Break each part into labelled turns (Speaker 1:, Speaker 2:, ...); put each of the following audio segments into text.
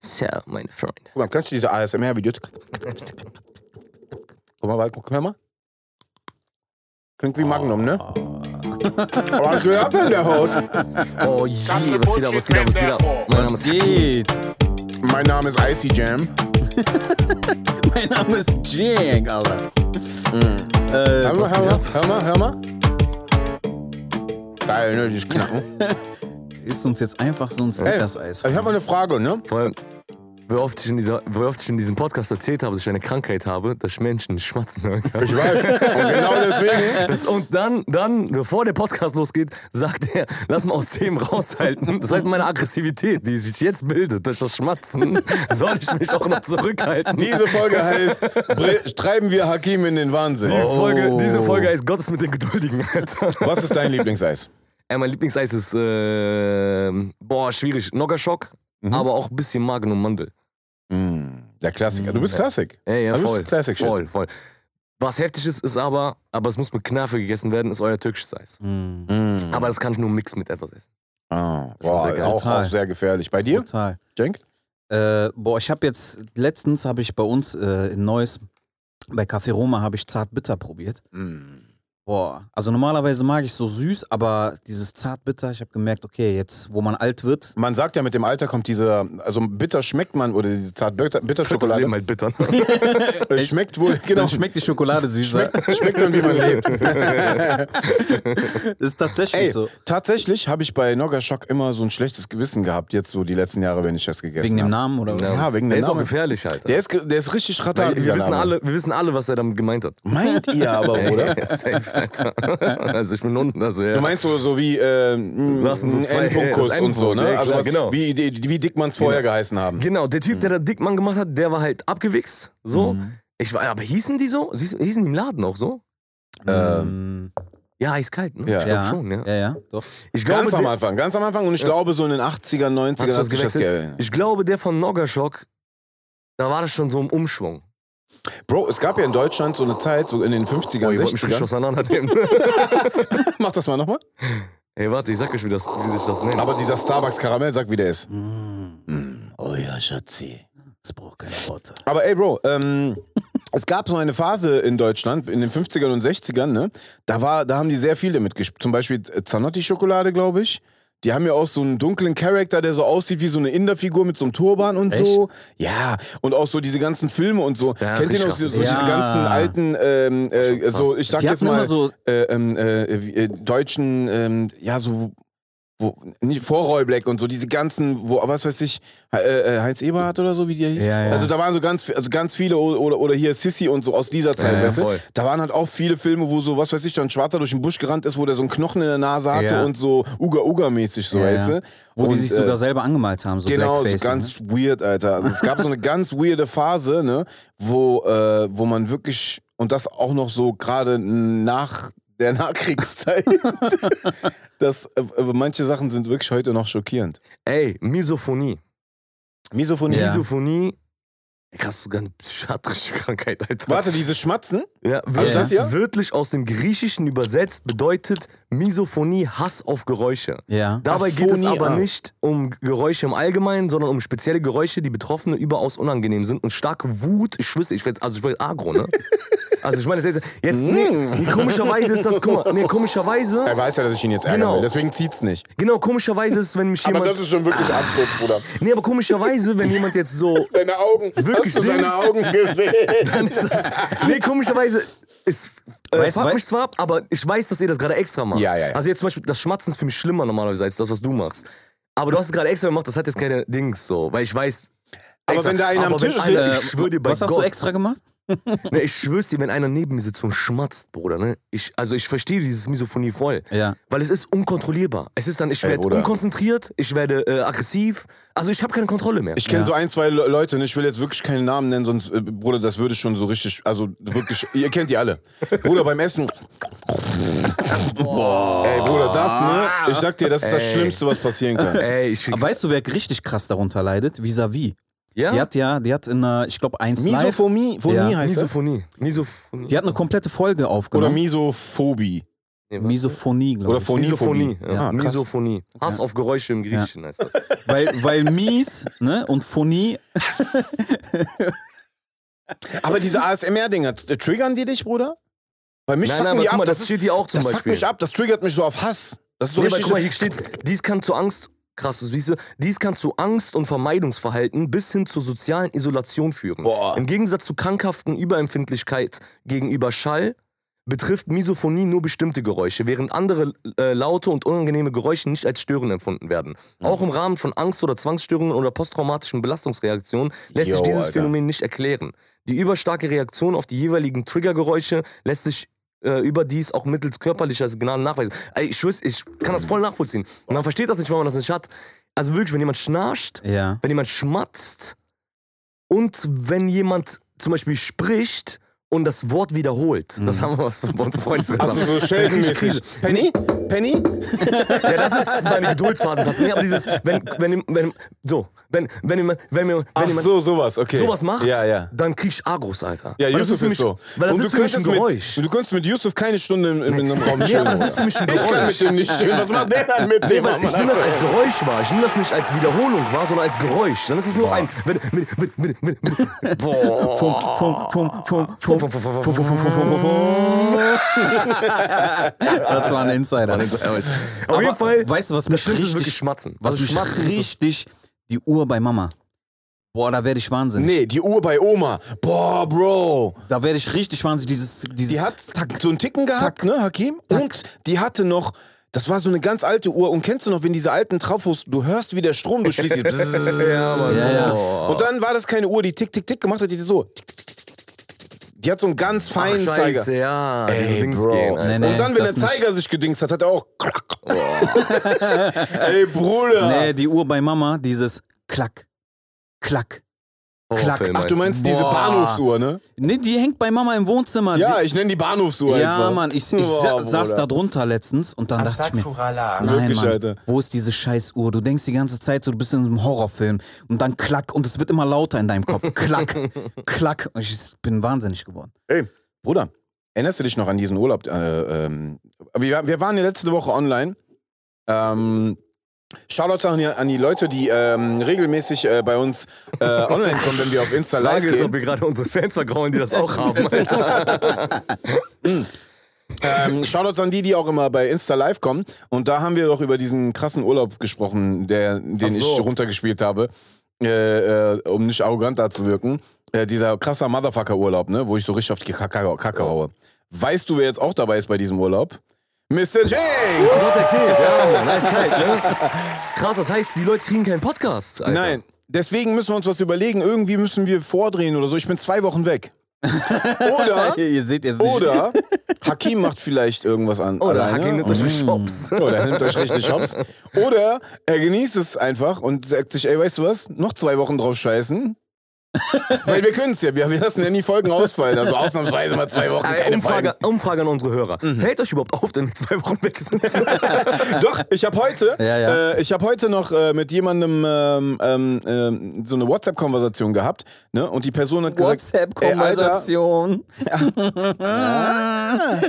Speaker 1: So, meine Freunde.
Speaker 2: Guck mal, kannst du diese ASMR-Videos? Guck mal, warte, guck mal. Klingt wie Magnum, ne? Oh, Aber was geht ab in der Haus?
Speaker 1: Oh je, was geht ab, was geht ab, was geht ab? Mein Name ist Haki.
Speaker 3: Geht's.
Speaker 2: Mein Name ist Icy Jam.
Speaker 3: Mein Name ist Jang, Alter.
Speaker 2: Hör
Speaker 3: Äh,
Speaker 2: mal,
Speaker 3: was geht
Speaker 2: hör
Speaker 3: ab?
Speaker 2: mal, hör mal, hör mal. Geil, ne, dieses Knacken.
Speaker 3: Ist uns jetzt einfach so ein
Speaker 2: Ey,
Speaker 3: Snickers-Eis.
Speaker 2: ich hab mal eine Frage, ne?
Speaker 1: Vor allem, wie oft, ich in dieser, wie oft ich in diesem Podcast erzählt habe, dass ich eine Krankheit habe, dass ich Menschen schmatzen hören kann.
Speaker 2: Ich weiß. Und genau deswegen.
Speaker 1: Das, und dann, dann, bevor der Podcast losgeht, sagt er, lass mal aus dem raushalten. Das heißt, meine Aggressivität, die sich jetzt bildet durch das Schmatzen, soll ich mich auch noch zurückhalten.
Speaker 2: Diese Folge heißt Br- Treiben wir Hakim in den Wahnsinn. Oh.
Speaker 1: Diese Folge, diese Folge heißt Gottes mit den Geduldigen, Alter.
Speaker 2: Was ist dein Lieblingseis?
Speaker 1: Ey, mein Lieblingseis ist, äh, boah, schwierig. Noggerschock, aber auch ein bisschen Magnum Mandel. Mm.
Speaker 2: Der Klassiker. Du bist Klassik.
Speaker 1: Ey, ja,
Speaker 2: du
Speaker 1: voll.
Speaker 2: bist Also Classic Shit.
Speaker 1: voll, voll. Was heftig ist, ist aber, aber es muss mit Knafe gegessen werden, ist euer türkisches Eis.
Speaker 3: Hm,
Speaker 2: Mm.
Speaker 1: Aber das kann ich nur mix mit etwas essen.
Speaker 2: Ah, boah,
Speaker 1: sehr
Speaker 2: auch,
Speaker 3: geil.
Speaker 2: auch sehr gefährlich. Bei dir,
Speaker 3: Total.
Speaker 2: Jenk?
Speaker 3: Äh, boah, ich habe jetzt, letztens habe ich bei uns äh, in Neuss, bei Café Roma habe ich Zartbitter probiert.
Speaker 2: Hm.
Speaker 3: Boah, also normalerweise mag ich so süß, aber dieses Zartbitter, ich habe gemerkt, okay, jetzt, wo man alt wird,
Speaker 2: Man sagt ja, mit dem Alter kommt diese, also bitter schmeckt man, oder diese zart bitter, bitter
Speaker 1: Wird das Leben
Speaker 2: Schokolade.
Speaker 1: halt bitter.
Speaker 2: Es schmeckt wohl, genau.
Speaker 3: dann schmeckt die Schokolade süßer.
Speaker 2: Schmeckt, schmeckt dann, wie man lebt.
Speaker 3: Ist tatsächlich
Speaker 2: Ey,
Speaker 3: so.
Speaker 2: tatsächlich habe ich bei Nogger Shock immer so ein schlechtes Gewissen gehabt, jetzt so die letzten Jahre, wenn ich das gegessen
Speaker 3: Wegen dem
Speaker 2: habe.
Speaker 3: Namen oder was?
Speaker 2: Ja, wegen
Speaker 1: der
Speaker 2: dem
Speaker 1: ist auch
Speaker 2: Namen.
Speaker 1: gefährlich, Alter.
Speaker 2: Der ist, ge- der ist richtig ratter.
Speaker 1: Weil wir,
Speaker 2: dieser
Speaker 1: wissen
Speaker 2: Name.
Speaker 1: alle, wir wissen alle, was er damit gemeint hat.
Speaker 2: Meint ihr aber, oder?
Speaker 1: Ja, safe, Alter. Also ich bin unten, also ja.
Speaker 2: Du meinst so, so wie äh, m,
Speaker 1: Lassen so
Speaker 2: ein
Speaker 1: zwei-
Speaker 2: Endpunktkuss
Speaker 1: das
Speaker 2: und so,
Speaker 1: Endpunkt,
Speaker 2: ne?
Speaker 1: ja,
Speaker 2: also
Speaker 1: klar,
Speaker 2: was,
Speaker 1: genau.
Speaker 2: wie, die- wie dick man es vorher geheißen haben.
Speaker 1: Genau, der Typ,
Speaker 2: Mhm.
Speaker 1: der da Dickmann gemacht hat, der war halt abgewichst, so. Ich war, aber hießen die so? Sie- Hießen die im Laden auch so?
Speaker 3: Ähm,
Speaker 1: Ja, eiskalt, ne?
Speaker 2: Ja.
Speaker 1: Ich glaube
Speaker 3: ja,
Speaker 1: schon, ja.
Speaker 3: Hm. ja, ja, doch.
Speaker 1: Ich
Speaker 2: Ganz am
Speaker 1: der-
Speaker 2: Anfang, ganz am Anfang und ich glaube so in den 80ern, 90ern
Speaker 1: Hast du das
Speaker 2: hat sich das
Speaker 1: gewechselt?
Speaker 2: geändert.
Speaker 1: Ich glaube, der von Noggershock, da war das schon so im Umschwung.
Speaker 2: Bro, es gab ja in Deutschland so eine Zeit, so in den 50ern,
Speaker 1: Boah, ich wollte Oh, mich
Speaker 2: 60ern.
Speaker 1: richtig auseinandernehmen.
Speaker 2: Mach das mal nochmal.
Speaker 1: Ey, warte, ich sag euch, wie, das, wie sich das nennt.
Speaker 2: Aber dieser Starbucks-Karamell sagt, wie der ist.
Speaker 3: Oh ja, Schatzi. Das braucht keine Worte.
Speaker 2: Aber ey, Bro, ähm, es gab so eine Phase in Deutschland, in den 50ern und 60ern, ne? Da, war, da haben die sehr viel damit gespielt. Zum Beispiel äh, Zanotti-Schokolade, glaube ich. Die haben ja auch so einen dunklen Charakter, der so aussieht wie so eine Inder-Figur mit so einem Turban und so. Ja, und auch so diese ganzen Filme und so.
Speaker 1: Ja,
Speaker 2: Kennt ihr
Speaker 1: richtig
Speaker 2: noch diese, so
Speaker 3: krass.
Speaker 2: diese
Speaker 3: Ja.
Speaker 2: ganzen alten, ähm, äh,
Speaker 1: krass.
Speaker 2: so, ich sag
Speaker 3: Die
Speaker 2: jetzt
Speaker 3: hatten
Speaker 2: mal,
Speaker 3: immer so-
Speaker 2: äh, ähm, äh, wie, äh, deutschen, ähm, ja, so wo, nicht Vorroll Black und so diese ganzen, wo, was weiß ich, He- äh, Heinz Eberhardt oder so, wie der hieß.
Speaker 3: Ja, ja.
Speaker 2: Also da waren so ganz, also ganz viele o- oder, oder hier Sissy und so aus dieser Zeit,
Speaker 1: Ja, ja,
Speaker 2: weißt du?
Speaker 1: voll.
Speaker 2: Da waren halt auch viele Filme, wo so, was weiß ich, so ein Schwarzer durch den Busch gerannt ist, wo der so einen Knochen in der Nase hatte
Speaker 3: Ja.
Speaker 2: und so Uga Uga mäßig, so
Speaker 3: Ja,
Speaker 2: weißt
Speaker 3: ja.
Speaker 2: du?
Speaker 3: Wo
Speaker 2: und,
Speaker 3: die sich
Speaker 2: äh,
Speaker 3: sogar selber angemalt haben, so
Speaker 2: Genau,
Speaker 3: Blackface. ne?
Speaker 2: so ganz
Speaker 1: ne?
Speaker 2: weird, Alter. Also es gab so eine ganz weirde Phase, ne, wo, äh, wo man wirklich, und das auch noch so gerade nach der Nachkriegszeit, dass äh, aber manche Sachen sind wirklich heute noch schockierend.
Speaker 1: Ey, Misophonie.
Speaker 2: Misophonie.
Speaker 3: Ja.
Speaker 1: Misophonie. Ey, krass, sogar eine psychiatrische Krankheit, Alter.
Speaker 2: Warte, diese Schmatzen?
Speaker 1: Ja,
Speaker 2: Also das hier?
Speaker 1: wörtlich, wörtlich aus dem Griechischen übersetzt bedeutet Misophonie Hass auf Geräusche.
Speaker 3: Ne? Ja.
Speaker 1: Dabei geht es
Speaker 2: Aphonie,
Speaker 1: aber
Speaker 2: ah.
Speaker 1: nicht um Geräusche im Allgemeinen, sondern um spezielle Geräusche, die Betroffene überaus unangenehm sind und starke Wut. Ich schwöre, ich werde, also ich werde agro, ne? Also ich meine, das ist jetzt, jetzt nee,
Speaker 2: Mm.
Speaker 1: nee, komischerweise ist das, guck mal, nee, komischerweise,
Speaker 2: Er weiß ja, dass ich ihn jetzt ärgern
Speaker 1: Genau.
Speaker 2: will, deswegen zieht's nicht.
Speaker 1: genau, komischerweise ist, wenn mich jemand, Ah.
Speaker 2: ist schon wirklich absurd, Bruder.
Speaker 1: nee, aber komischerweise, wenn jemand jetzt so,
Speaker 2: Seine Augen,
Speaker 1: Wirklich,
Speaker 2: hast du seine
Speaker 1: Dings?
Speaker 2: Augen gesehen?
Speaker 1: dann ist das, nee, komischerweise, es äh,
Speaker 3: Weißt-
Speaker 1: fuckt
Speaker 3: wei-
Speaker 1: mich zwar ab, aber ich weiß, dass ihr das gerade extra macht.
Speaker 2: Ja, ja, ja.
Speaker 1: Also jetzt zum Beispiel, das Schmatzen ist für mich schlimmer normalerweise als das, was du machst. Aber du hast es gerade extra gemacht, das hat jetzt keine Dings so, weil ich weiß,
Speaker 2: Aber wenn da einer am
Speaker 1: Aber wenn
Speaker 2: Tisch
Speaker 1: einer- äh,
Speaker 2: sitzt,
Speaker 1: ich schwöre dir bei
Speaker 3: Äh, was hast du
Speaker 1: Gott.
Speaker 3: extra gemacht?
Speaker 1: Ne, ich schwör's dir, wenn einer neben mir sitzt und schmatzt, Bruder, ne? Ich, also ich verstehe dieses Misophonie voll.
Speaker 3: Ja.
Speaker 1: Weil es ist unkontrollierbar. Es ist dann, ich werde
Speaker 2: Bruder.
Speaker 1: unkonzentriert, ich werde äh, aggressiv. Also ich habe keine Kontrolle mehr.
Speaker 2: Ich kenne so ein, zwei Le Leute, und ich will jetzt wirklich keinen Namen nennen, sonst, äh, Bruder, das würde schon so richtig, also wirklich, ihr kennt die alle. Bruder, beim Essen. Boah. Ey, Bruder, das, ne? Ich sag dir, das ist das
Speaker 1: Ey.
Speaker 2: Schlimmste, was passieren kann.
Speaker 1: Ey, ich
Speaker 3: Aber weißt du, wer richtig krass darunter leidet? Vis-a-vis.
Speaker 1: ja?
Speaker 3: Die hat ja, die hat in einer, ich glaube, 1 Live,
Speaker 2: Misophomie, Phomie
Speaker 3: Ja.
Speaker 2: heißt das? Genau.
Speaker 1: Misophonie. Misophonie.
Speaker 3: die hat eine komplette Folge
Speaker 2: Oder
Speaker 3: aufgenommen.
Speaker 2: Misophobie.
Speaker 1: Nee, was?
Speaker 3: Misophonie, glaube
Speaker 2: Oder
Speaker 3: ich.
Speaker 2: Phonie,
Speaker 1: Misophonie.
Speaker 2: Phonie.
Speaker 1: Ja.
Speaker 2: Ah, krass.
Speaker 1: Misophonie. Hass auf Geräusche im Griechischen heißt das.
Speaker 3: Weil, weil mies, ne? Und Phonie.
Speaker 2: Aber diese ASMR-Dinger, t- äh, triggern die dich, Bruder? Bei mich
Speaker 1: Nein,
Speaker 2: fucken
Speaker 1: nein, aber
Speaker 2: die
Speaker 1: guck
Speaker 2: ab.
Speaker 1: mal,
Speaker 2: das
Speaker 1: das
Speaker 2: ist-
Speaker 1: steht hier auch zum
Speaker 2: das
Speaker 1: Beispiel.
Speaker 2: fuckt mich ab, das triggert mich so auf Hass. Das ist so
Speaker 1: Nee, aber
Speaker 2: richtig.
Speaker 1: guck mal, hier
Speaker 2: so-
Speaker 1: steht, dies kann zu Angst, krass, du siehst, dies kann zu Angst und Vermeidungsverhalten bis hin zur sozialen Isolation führen.
Speaker 2: Boah.
Speaker 1: Im Gegensatz zu krankhaften Überempfindlichkeit gegenüber Schall betrifft Misophonie nur bestimmte Geräusche, während andere äh, laute und unangenehme Geräusche nicht als störend empfunden werden.
Speaker 2: Mhm.
Speaker 1: Auch im Rahmen von Angst- oder Zwangsstörungen oder posttraumatischen Belastungsreaktionen lässt
Speaker 2: Yo,
Speaker 1: sich dieses
Speaker 2: Alter.
Speaker 1: Phänomen nicht erklären. Die überstarke Reaktion auf die jeweiligen Triggergeräusche lässt sich äh, überdies auch mittels körperlicher Signale nachweisen. Ey, ich, schwör's, ich kann das voll nachvollziehen. Und man versteht das nicht, wenn man das nicht hat. Also wirklich, wenn jemand schnarcht,
Speaker 3: Ja.
Speaker 1: wenn jemand schmatzt und wenn jemand zum Beispiel spricht und das Wort wiederholt. Das haben wir was von unseren Freunden gesagt.
Speaker 2: Also so Sheldon-mäßig. Penny? Penny?
Speaker 1: Ja, das ist meine Geduldsfaden. Nee, aber dieses, wenn, wenn, wenn, so, wenn, wenn jemand, wenn jemand, wenn
Speaker 2: Ach
Speaker 1: jemand
Speaker 2: so, sowas, okay.
Speaker 1: sowas macht,
Speaker 2: Ja, ja.
Speaker 1: dann krieg ich Agros, Alter.
Speaker 2: Ja,
Speaker 1: Weil das
Speaker 2: Yusuf ist,
Speaker 1: für mich,
Speaker 2: so.
Speaker 1: Weil das
Speaker 2: Und
Speaker 1: ist für mich ein
Speaker 2: könntest mit-
Speaker 1: Geräusch.
Speaker 2: Du könntest mit Yusuf keine Stunde in, in einem Raum
Speaker 1: Nee,
Speaker 2: chillen.
Speaker 1: aber das ist für mich ein
Speaker 2: Ich kann
Speaker 1: Geräusch.
Speaker 2: mit dem nicht chillen. Was macht der dann mit dem?
Speaker 1: Nee, weil ich nehme das als Geräusch wahr. Ich nehme das nicht als Wiederholung wahr, sondern als Geräusch. Dann ist es nur noch ein. Wenn, wenn, wenn, wenn, wenn. Boah.
Speaker 3: Fum, fum, fum, fum, fum, fum, fum, fum, fum, fum, fum, fum,
Speaker 1: Ah.
Speaker 3: fum. Das war ein Insider.
Speaker 1: Auf jeden Fall.
Speaker 3: Weißt du, was
Speaker 1: das
Speaker 3: mich
Speaker 1: Schlimmste ist wirklich
Speaker 3: richtig,
Speaker 1: Schmatzen.
Speaker 3: was
Speaker 1: Also
Speaker 3: mich
Speaker 1: Schmatzen ist das-
Speaker 3: richtig, die Uhr bei Mama. Boah, da werde ich wahnsinnig.
Speaker 2: Nee, die Uhr bei Oma. Boah, Bro.
Speaker 3: Da werde ich richtig wahnsinnig. Dieses, dieses
Speaker 2: Die hat so einen Ticken gehabt,
Speaker 3: Tack.
Speaker 2: ne, Hakim? Und die hatte noch, das war so eine ganz alte Uhr. Und kennst du noch, wenn diese alten Trafos, du hörst, wie der Strom durchfließt. die-
Speaker 1: Ja, Mann.
Speaker 3: Ja, ja.
Speaker 1: Boah.
Speaker 2: Und dann war das keine Uhr, die tick, tick, tick gemacht hat, die so. tick, tick, tick, tick, tick, tick, tick, tick. Die hat so einen ganz
Speaker 1: Ach,
Speaker 2: feinen Zeiger.
Speaker 1: Scheiße, ja. diese
Speaker 2: Ey,
Speaker 1: Dings
Speaker 2: Bro.
Speaker 1: gehen, Alter.
Speaker 3: Nee, nee,
Speaker 2: und dann, wenn der
Speaker 3: das nicht.
Speaker 2: Zeiger sich gedingst hat, hat er auch. Ey, Bruder.
Speaker 3: Nee, die Uhr bei Mama, dieses Klack, Klack, Klack.
Speaker 1: Horrorfilm,
Speaker 2: Ach, du meinst diese
Speaker 3: Boah.
Speaker 2: Bahnhofsuhr, ne?
Speaker 3: Nee, die hängt bei Mama im Wohnzimmer.
Speaker 2: Ja, ich nenne die Bahnhofsuhr
Speaker 3: die, ja
Speaker 2: einfach.
Speaker 3: Mann, ich, ich sa
Speaker 2: Boah,
Speaker 3: saß
Speaker 2: Bruder.
Speaker 3: da drunter letzens und dann dachte ich mir,
Speaker 4: Sakurala.
Speaker 3: nein,
Speaker 2: Wirklich,
Speaker 3: Mann,
Speaker 2: Alter.
Speaker 3: wo ist diese Scheißuhr? Du denkst die ganze Zeit so, du bist in einem Horrorfilm und dann Klack und es wird immer lauter in deinem Kopf. Klack, Klack. Und ich bin wahnsinnig geworden.
Speaker 2: Ey, Bruder, erinnerst du dich noch an diesen Urlaub? Äh, ähm, aber wir, wir waren ja letzte Woche online. Ähm, Shoutout an die, an die Leute, die ähm, regelmäßig äh, bei uns äh, online kommen, wenn wir auf Insta live
Speaker 1: Frage ist, ob wir
Speaker 2: gehen.
Speaker 1: gerade unsere Fans vergrauen, die das auch haben. Alter.
Speaker 2: Ähm, Shoutout an die, die auch immer bei Insta live kommen. Und da haben wir doch über diesen krassen Urlaub gesprochen, der, den
Speaker 1: Ach so.
Speaker 2: ich runtergespielt habe, äh, äh, um nicht arrogant da zu wirken. Äh, dieser krasser Motherfucker-Urlaub, ne, wo ich so richtig auf die Kacke, Kacke haue. Weißt du, wer jetzt auch dabei ist bei diesem Urlaub? Mr. Jinx!
Speaker 1: Das hat erzählt, ja, Mann. Nice, kalt, ne? Krass, das heißt, die Leute kriegen keinen Podcast, Alter.
Speaker 2: Nein, deswegen müssen wir uns was überlegen. Irgendwie müssen wir vordrehen oder so. Ich bin zwei Wochen weg. Oder,
Speaker 3: Ihr seht jetzt nicht.
Speaker 2: oder Hakim macht vielleicht irgendwas an.
Speaker 1: Oder
Speaker 2: alleine. Mhm.
Speaker 1: Hakim nimmt euch Shops.
Speaker 2: oder nimmt euch richtig Hops. Oder er genießt es einfach und sagt sich, ey, weißt du was, noch zwei Wochen drauf scheißen. Weil wir können es ja, wir, wir lassen ja nie Folgen ausfallen. Also ausnahmsweise mal zwei Wochen keine
Speaker 1: Äh, Umfrage,
Speaker 2: Folgen.
Speaker 1: Umfrage an unsere Hörer.
Speaker 2: Mhm.
Speaker 1: Fällt euch überhaupt auf, wenn wir zwei Wochen weg sind?
Speaker 2: Doch, ich habe heute,
Speaker 3: Ja, ja.
Speaker 2: Äh, ich habe heute noch äh, mit jemandem ähm, ähm, ähm, so eine WhatsApp-Konversation gehabt, ne? Und die Person hat gesagt,
Speaker 3: WhatsApp-Konversation.
Speaker 2: Ey, Alter,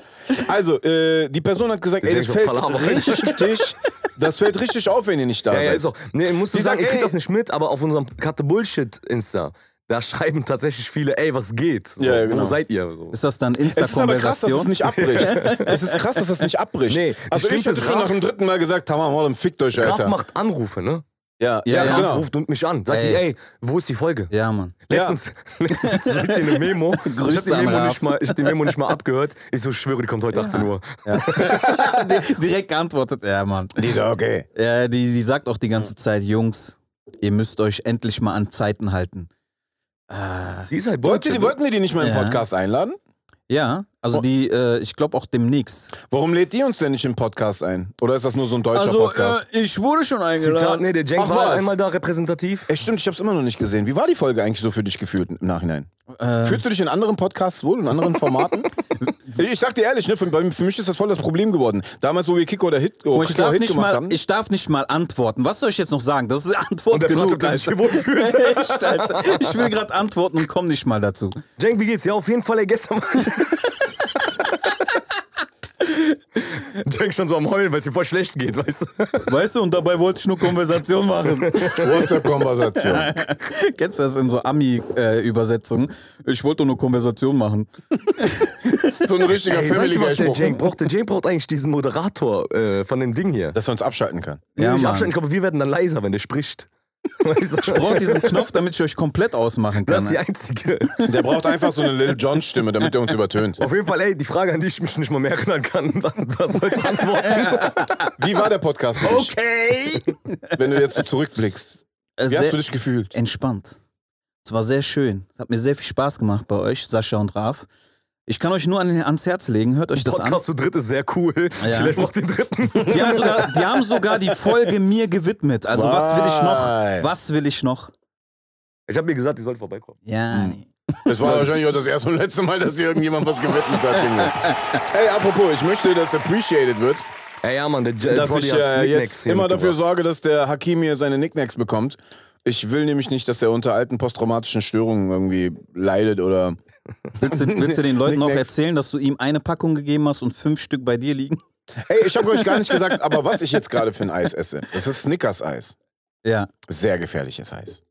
Speaker 2: also äh, die Person hat gesagt, ey, das
Speaker 1: Ich
Speaker 2: fällt
Speaker 1: denk schon, Palaver.
Speaker 2: richtig, das fällt richtig auf, wenn ihr nicht da
Speaker 1: ja, ja,
Speaker 2: seid.
Speaker 1: ist auch. Nee, musst du
Speaker 2: Die
Speaker 1: sagen,
Speaker 2: sagen,
Speaker 1: ihr
Speaker 2: ey.
Speaker 1: kriegt das nicht mit, aber auf unserem Katte Bullshit Insta, da schreiben tatsächlich viele, ey, was geht? So,
Speaker 2: Ja, ja, genau.
Speaker 1: Wo seid ihr? So.
Speaker 3: Ist das dann
Speaker 2: Es ist aber krass, dass es
Speaker 3: Insta-Konversation?
Speaker 2: nicht abbricht. es ist krass, dass das nicht abbricht.
Speaker 1: Nee,
Speaker 2: also
Speaker 1: stimmt,
Speaker 2: ich hätte
Speaker 1: das
Speaker 2: schon
Speaker 1: Raf-
Speaker 2: nach dem dritten Mal gesagt, Tamam, Holm, fickt euch,
Speaker 1: Graf
Speaker 2: Alter.
Speaker 1: macht Anrufe, ne?
Speaker 2: ja, ja,
Speaker 3: Ja,
Speaker 1: Graf
Speaker 2: genau.
Speaker 1: ruft und mich an. Sagt
Speaker 3: Ey.
Speaker 1: ihr, ey, wo ist die Folge?
Speaker 3: Ja, Mann.
Speaker 1: Letztens, letztens ich hatte eine Memo. ich
Speaker 3: Grüße
Speaker 1: habe die,
Speaker 3: an
Speaker 1: Memo
Speaker 3: Raf.
Speaker 1: nicht mal- ich hab die Memo nicht mal abgehört. Ich so schwöre, die kommt heute 18 Uhr.
Speaker 3: Di- Direkt geantwortet. Ja, Mann.
Speaker 2: Die so, okay.
Speaker 3: Ja, die, die sagt auch die ganze Zeit, Jungs, ihr müsst euch endlich mal an Zeiten halten.
Speaker 1: Die ist halt
Speaker 2: Wollt ihr, die-
Speaker 1: Bullshit.
Speaker 2: wollten wir die nicht mal im
Speaker 3: Ja.
Speaker 2: Podcast einladen?
Speaker 3: Ja,
Speaker 2: Oh.
Speaker 3: also die, äh, ich glaube auch demnächst.
Speaker 2: Warum lädt die uns denn nicht im Podcast ein? Oder ist das nur so ein deutscher
Speaker 3: Also,
Speaker 2: Podcast?
Speaker 3: äh, ich wurde schon
Speaker 1: Zitat,
Speaker 3: eingeladen.
Speaker 1: nee, der Jenk
Speaker 2: Ach,
Speaker 1: war
Speaker 2: was?
Speaker 1: einmal da repräsentativ.
Speaker 2: Ey, stimmt, ich hab's immer noch nicht gesehen. Wie war die Folge eigentlich so für dich gefühlt im Nachhinein? Fühlst du dich in anderen Podcasts wohl, in anderen Formaten? ich, ich sag dir ehrlich, ne, für, bei- für mich ist das voll das Problem geworden. Damals, wo wir Kick oder Hit, oh,
Speaker 3: Und ich,
Speaker 2: Kick oder
Speaker 3: darf
Speaker 2: Hit
Speaker 3: nicht
Speaker 2: gemacht
Speaker 3: mal,
Speaker 2: haben.
Speaker 3: ich darf nicht mal antworten. Was soll ich jetzt noch sagen? Das ist Antwort
Speaker 1: Und der fragt,
Speaker 3: genug.
Speaker 1: ob der sich
Speaker 3: Alter.
Speaker 1: hier wohlfühlt.
Speaker 3: Echt, Alter. Ich will gerade antworten und komm nicht mal dazu.
Speaker 1: Jenk, wie geht's? Ja, auf jeden Fall, ey, gestern war ich. Jack schon so am Heulen, weil es ihm voll schlecht geht, weißt du?
Speaker 3: Weißt du, und dabei wollte ich nur Konversation machen.
Speaker 2: WhatsApp-Konversation.
Speaker 3: Kennst du das in so Ami-Übersetzungen? ich wollte nur Konversation machen.
Speaker 2: So ein richtiger
Speaker 1: Ey, weißt du, was der Jake
Speaker 2: Family-Guy-Spruch.
Speaker 1: braucht? Der Jake braucht eigentlich diesen Moderator äh, von dem Ding hier.
Speaker 2: Dass man uns abschalten kann.
Speaker 3: Ja,
Speaker 1: ich,
Speaker 3: Mann.
Speaker 1: abschalten, ich glaube, wir werden dann leiser, wenn der spricht. Weißt du?
Speaker 3: Ich brauche diesen Knopf, damit ich euch komplett ausmachen
Speaker 1: Das
Speaker 3: kann.
Speaker 1: ist
Speaker 3: ne?
Speaker 1: die einzige.
Speaker 2: Der braucht einfach so eine Lil Jon-Stimme, damit er uns übertönt.
Speaker 1: Auf jeden Fall, ey, die Frage, an die ich mich nicht mal mehr erinnern kann, was, was soll ich antworten?
Speaker 2: Wie war der Podcast für dich,
Speaker 3: okay.
Speaker 2: wenn du jetzt so zurückblickst? Wie hast du dich gefühlt?
Speaker 3: entspannt. Es war sehr schön. Es hat mir sehr viel Spaß gemacht bei euch, Sascha und Raf. Ich kann euch nur an, ans Herz legen, hört euch das an.
Speaker 1: Podcast zu dritt ist sehr cool. Vielleicht noch den dritten.
Speaker 3: Die haben, sogar, die haben sogar die Folge mir gewidmet. Also was will ich
Speaker 2: Nein.
Speaker 3: noch? Was will ich noch?
Speaker 1: Ich habe mir gesagt, die sollte vorbeikommen.
Speaker 3: Ja, nee.
Speaker 2: Das war wahrscheinlich auch das erste und letzte Mal, dass dir irgendjemand was gewidmet hat. Junge. Ey, apropos, ich möchte, dass appreciated wird,
Speaker 1: Ja, ja, Mann, der J
Speaker 2: dass
Speaker 1: Brody
Speaker 2: ich
Speaker 1: hat
Speaker 2: äh,
Speaker 1: Sneaknacks
Speaker 2: jetzt
Speaker 1: hier
Speaker 2: immer dafür
Speaker 1: mitgebracht.
Speaker 2: sorge, dass der Hakim hier seine Nicknacks bekommt. Ich will nämlich nicht, dass er unter alten posttraumatischen Störungen irgendwie leidet oder.
Speaker 3: Willst, du, willst du den Leuten auch
Speaker 2: Nicknacks.
Speaker 3: erzählen, dass du ihm eine Packung gegeben hast und fünf Stück bei dir liegen?
Speaker 2: Ey, ich habe euch gar nicht gesagt, aber was ich jetzt gerade für ein Eis esse, das ist Snickers-Eis.
Speaker 3: Ja.
Speaker 2: Sehr gefährliches Eis.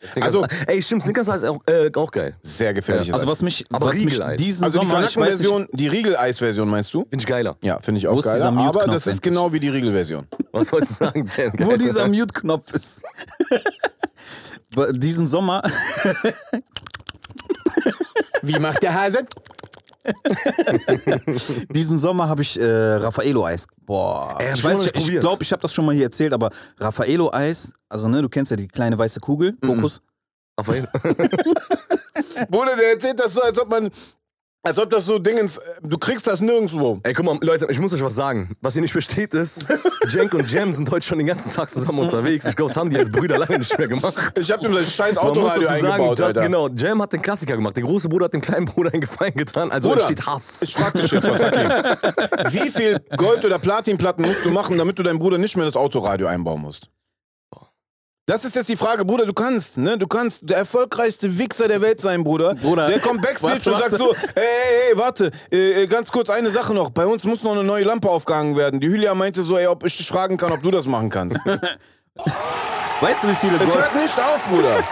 Speaker 1: Snickers.
Speaker 2: Also-
Speaker 1: ey, stimmt, Snickers heißt auch, äh, auch geil.
Speaker 2: Sehr gefährliches
Speaker 3: Also
Speaker 2: Eis.
Speaker 3: was mich,
Speaker 1: Aber
Speaker 3: was mich
Speaker 1: Riegeleis.
Speaker 3: diesen
Speaker 2: Also die
Speaker 3: Sommer, ich weiß nicht,
Speaker 2: Kanaken-Version, die Riegel-Eis-Version meinst du?
Speaker 1: Finde ich geiler.
Speaker 2: Ja, finde ich
Speaker 3: Wo
Speaker 2: auch
Speaker 3: ist dieser
Speaker 2: geil.
Speaker 3: Mute-Knopf
Speaker 2: Aber das ist
Speaker 3: endlich?
Speaker 2: genau wie die Riegel-Version.
Speaker 1: Was sollst du sagen, Jen?
Speaker 3: wo dieser Mute-Knopf ist. Weil diesen Sommer,
Speaker 2: Wie macht der Hase?
Speaker 3: diesen Sommer habe ich äh, Raffaello Eis. Boah,
Speaker 1: Ey, hab
Speaker 3: ich
Speaker 1: ich noch
Speaker 3: weiß,
Speaker 1: nicht
Speaker 3: nicht, ich
Speaker 1: probiert.
Speaker 3: glaube, ich habe das schon mal hier erzählt, aber Raffaello Eis, also ne, du kennst ja die kleine weiße Kugel,
Speaker 1: Mhm.
Speaker 3: Kokos.
Speaker 1: Raphael.
Speaker 2: Bruder, der erzählt das so, als ob man. Als ob das so Dingens. äh, Du kriegst das nirgendwo.
Speaker 1: Ey, guck mal, Leute, ich muss euch was sagen. Was ihr nicht versteht ist, Jenk und Jam sind heute schon den ganzen Tag zusammen unterwegs. Ich glaube, das haben die als Brüder lange nicht mehr gemacht.
Speaker 2: Ich hab dem das scheiß
Speaker 1: Man muss
Speaker 2: Autoradio
Speaker 1: dazu sagen,
Speaker 2: eingebaut,
Speaker 1: Ja,
Speaker 2: Alter.
Speaker 1: genau, Jam hat den Klassiker gemacht. Der große Bruder hat dem kleinen Bruder einen Gefallen getan. Also
Speaker 2: Bruder,
Speaker 1: entsteht Hass.
Speaker 2: Ich frag dich jetzt was, Hakim. Wie viel Gold- oder Platinplatten musst du machen, damit du deinem Bruder nicht mehr das Autoradio einbauen musst? Das ist jetzt die Frage, Bruder, du kannst, ne? Du kannst der erfolgreichste Wichser der Welt sein, Bruder.
Speaker 3: Bruder,
Speaker 2: Der kommt backstage
Speaker 3: warte,
Speaker 2: und sagt
Speaker 3: warte.
Speaker 2: so, hey, hey, hey, warte, äh, äh, ganz kurz eine Sache noch. Bei uns muss noch eine neue Lampe aufgehangen werden. Die Hülya meinte so, ey, ob ich dich fragen kann, ob du das machen kannst.
Speaker 3: Weißt du, wie viele
Speaker 2: Es
Speaker 3: Gold?
Speaker 2: hört nicht auf, Bruder.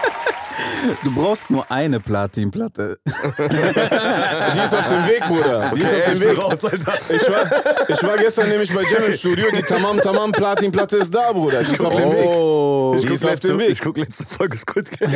Speaker 3: Du brauchst nur eine Platinplatte.
Speaker 2: Die ist auf dem Weg, Bruder. Die ist auf
Speaker 1: Ey, ich
Speaker 2: dem
Speaker 1: bin
Speaker 2: Weg.
Speaker 1: raus, Alter.
Speaker 2: Ich war, ich war gestern nämlich bei Jam im Studio. Die Tamam Tamam Platinplatte ist da, Bruder. Die ist auf dem Weg.
Speaker 3: Oh,
Speaker 1: Ich
Speaker 2: Ich Die
Speaker 1: guck,
Speaker 2: ist auf
Speaker 1: letzte,
Speaker 2: dem Weg.
Speaker 1: ich guck letzte Folge Squid Game.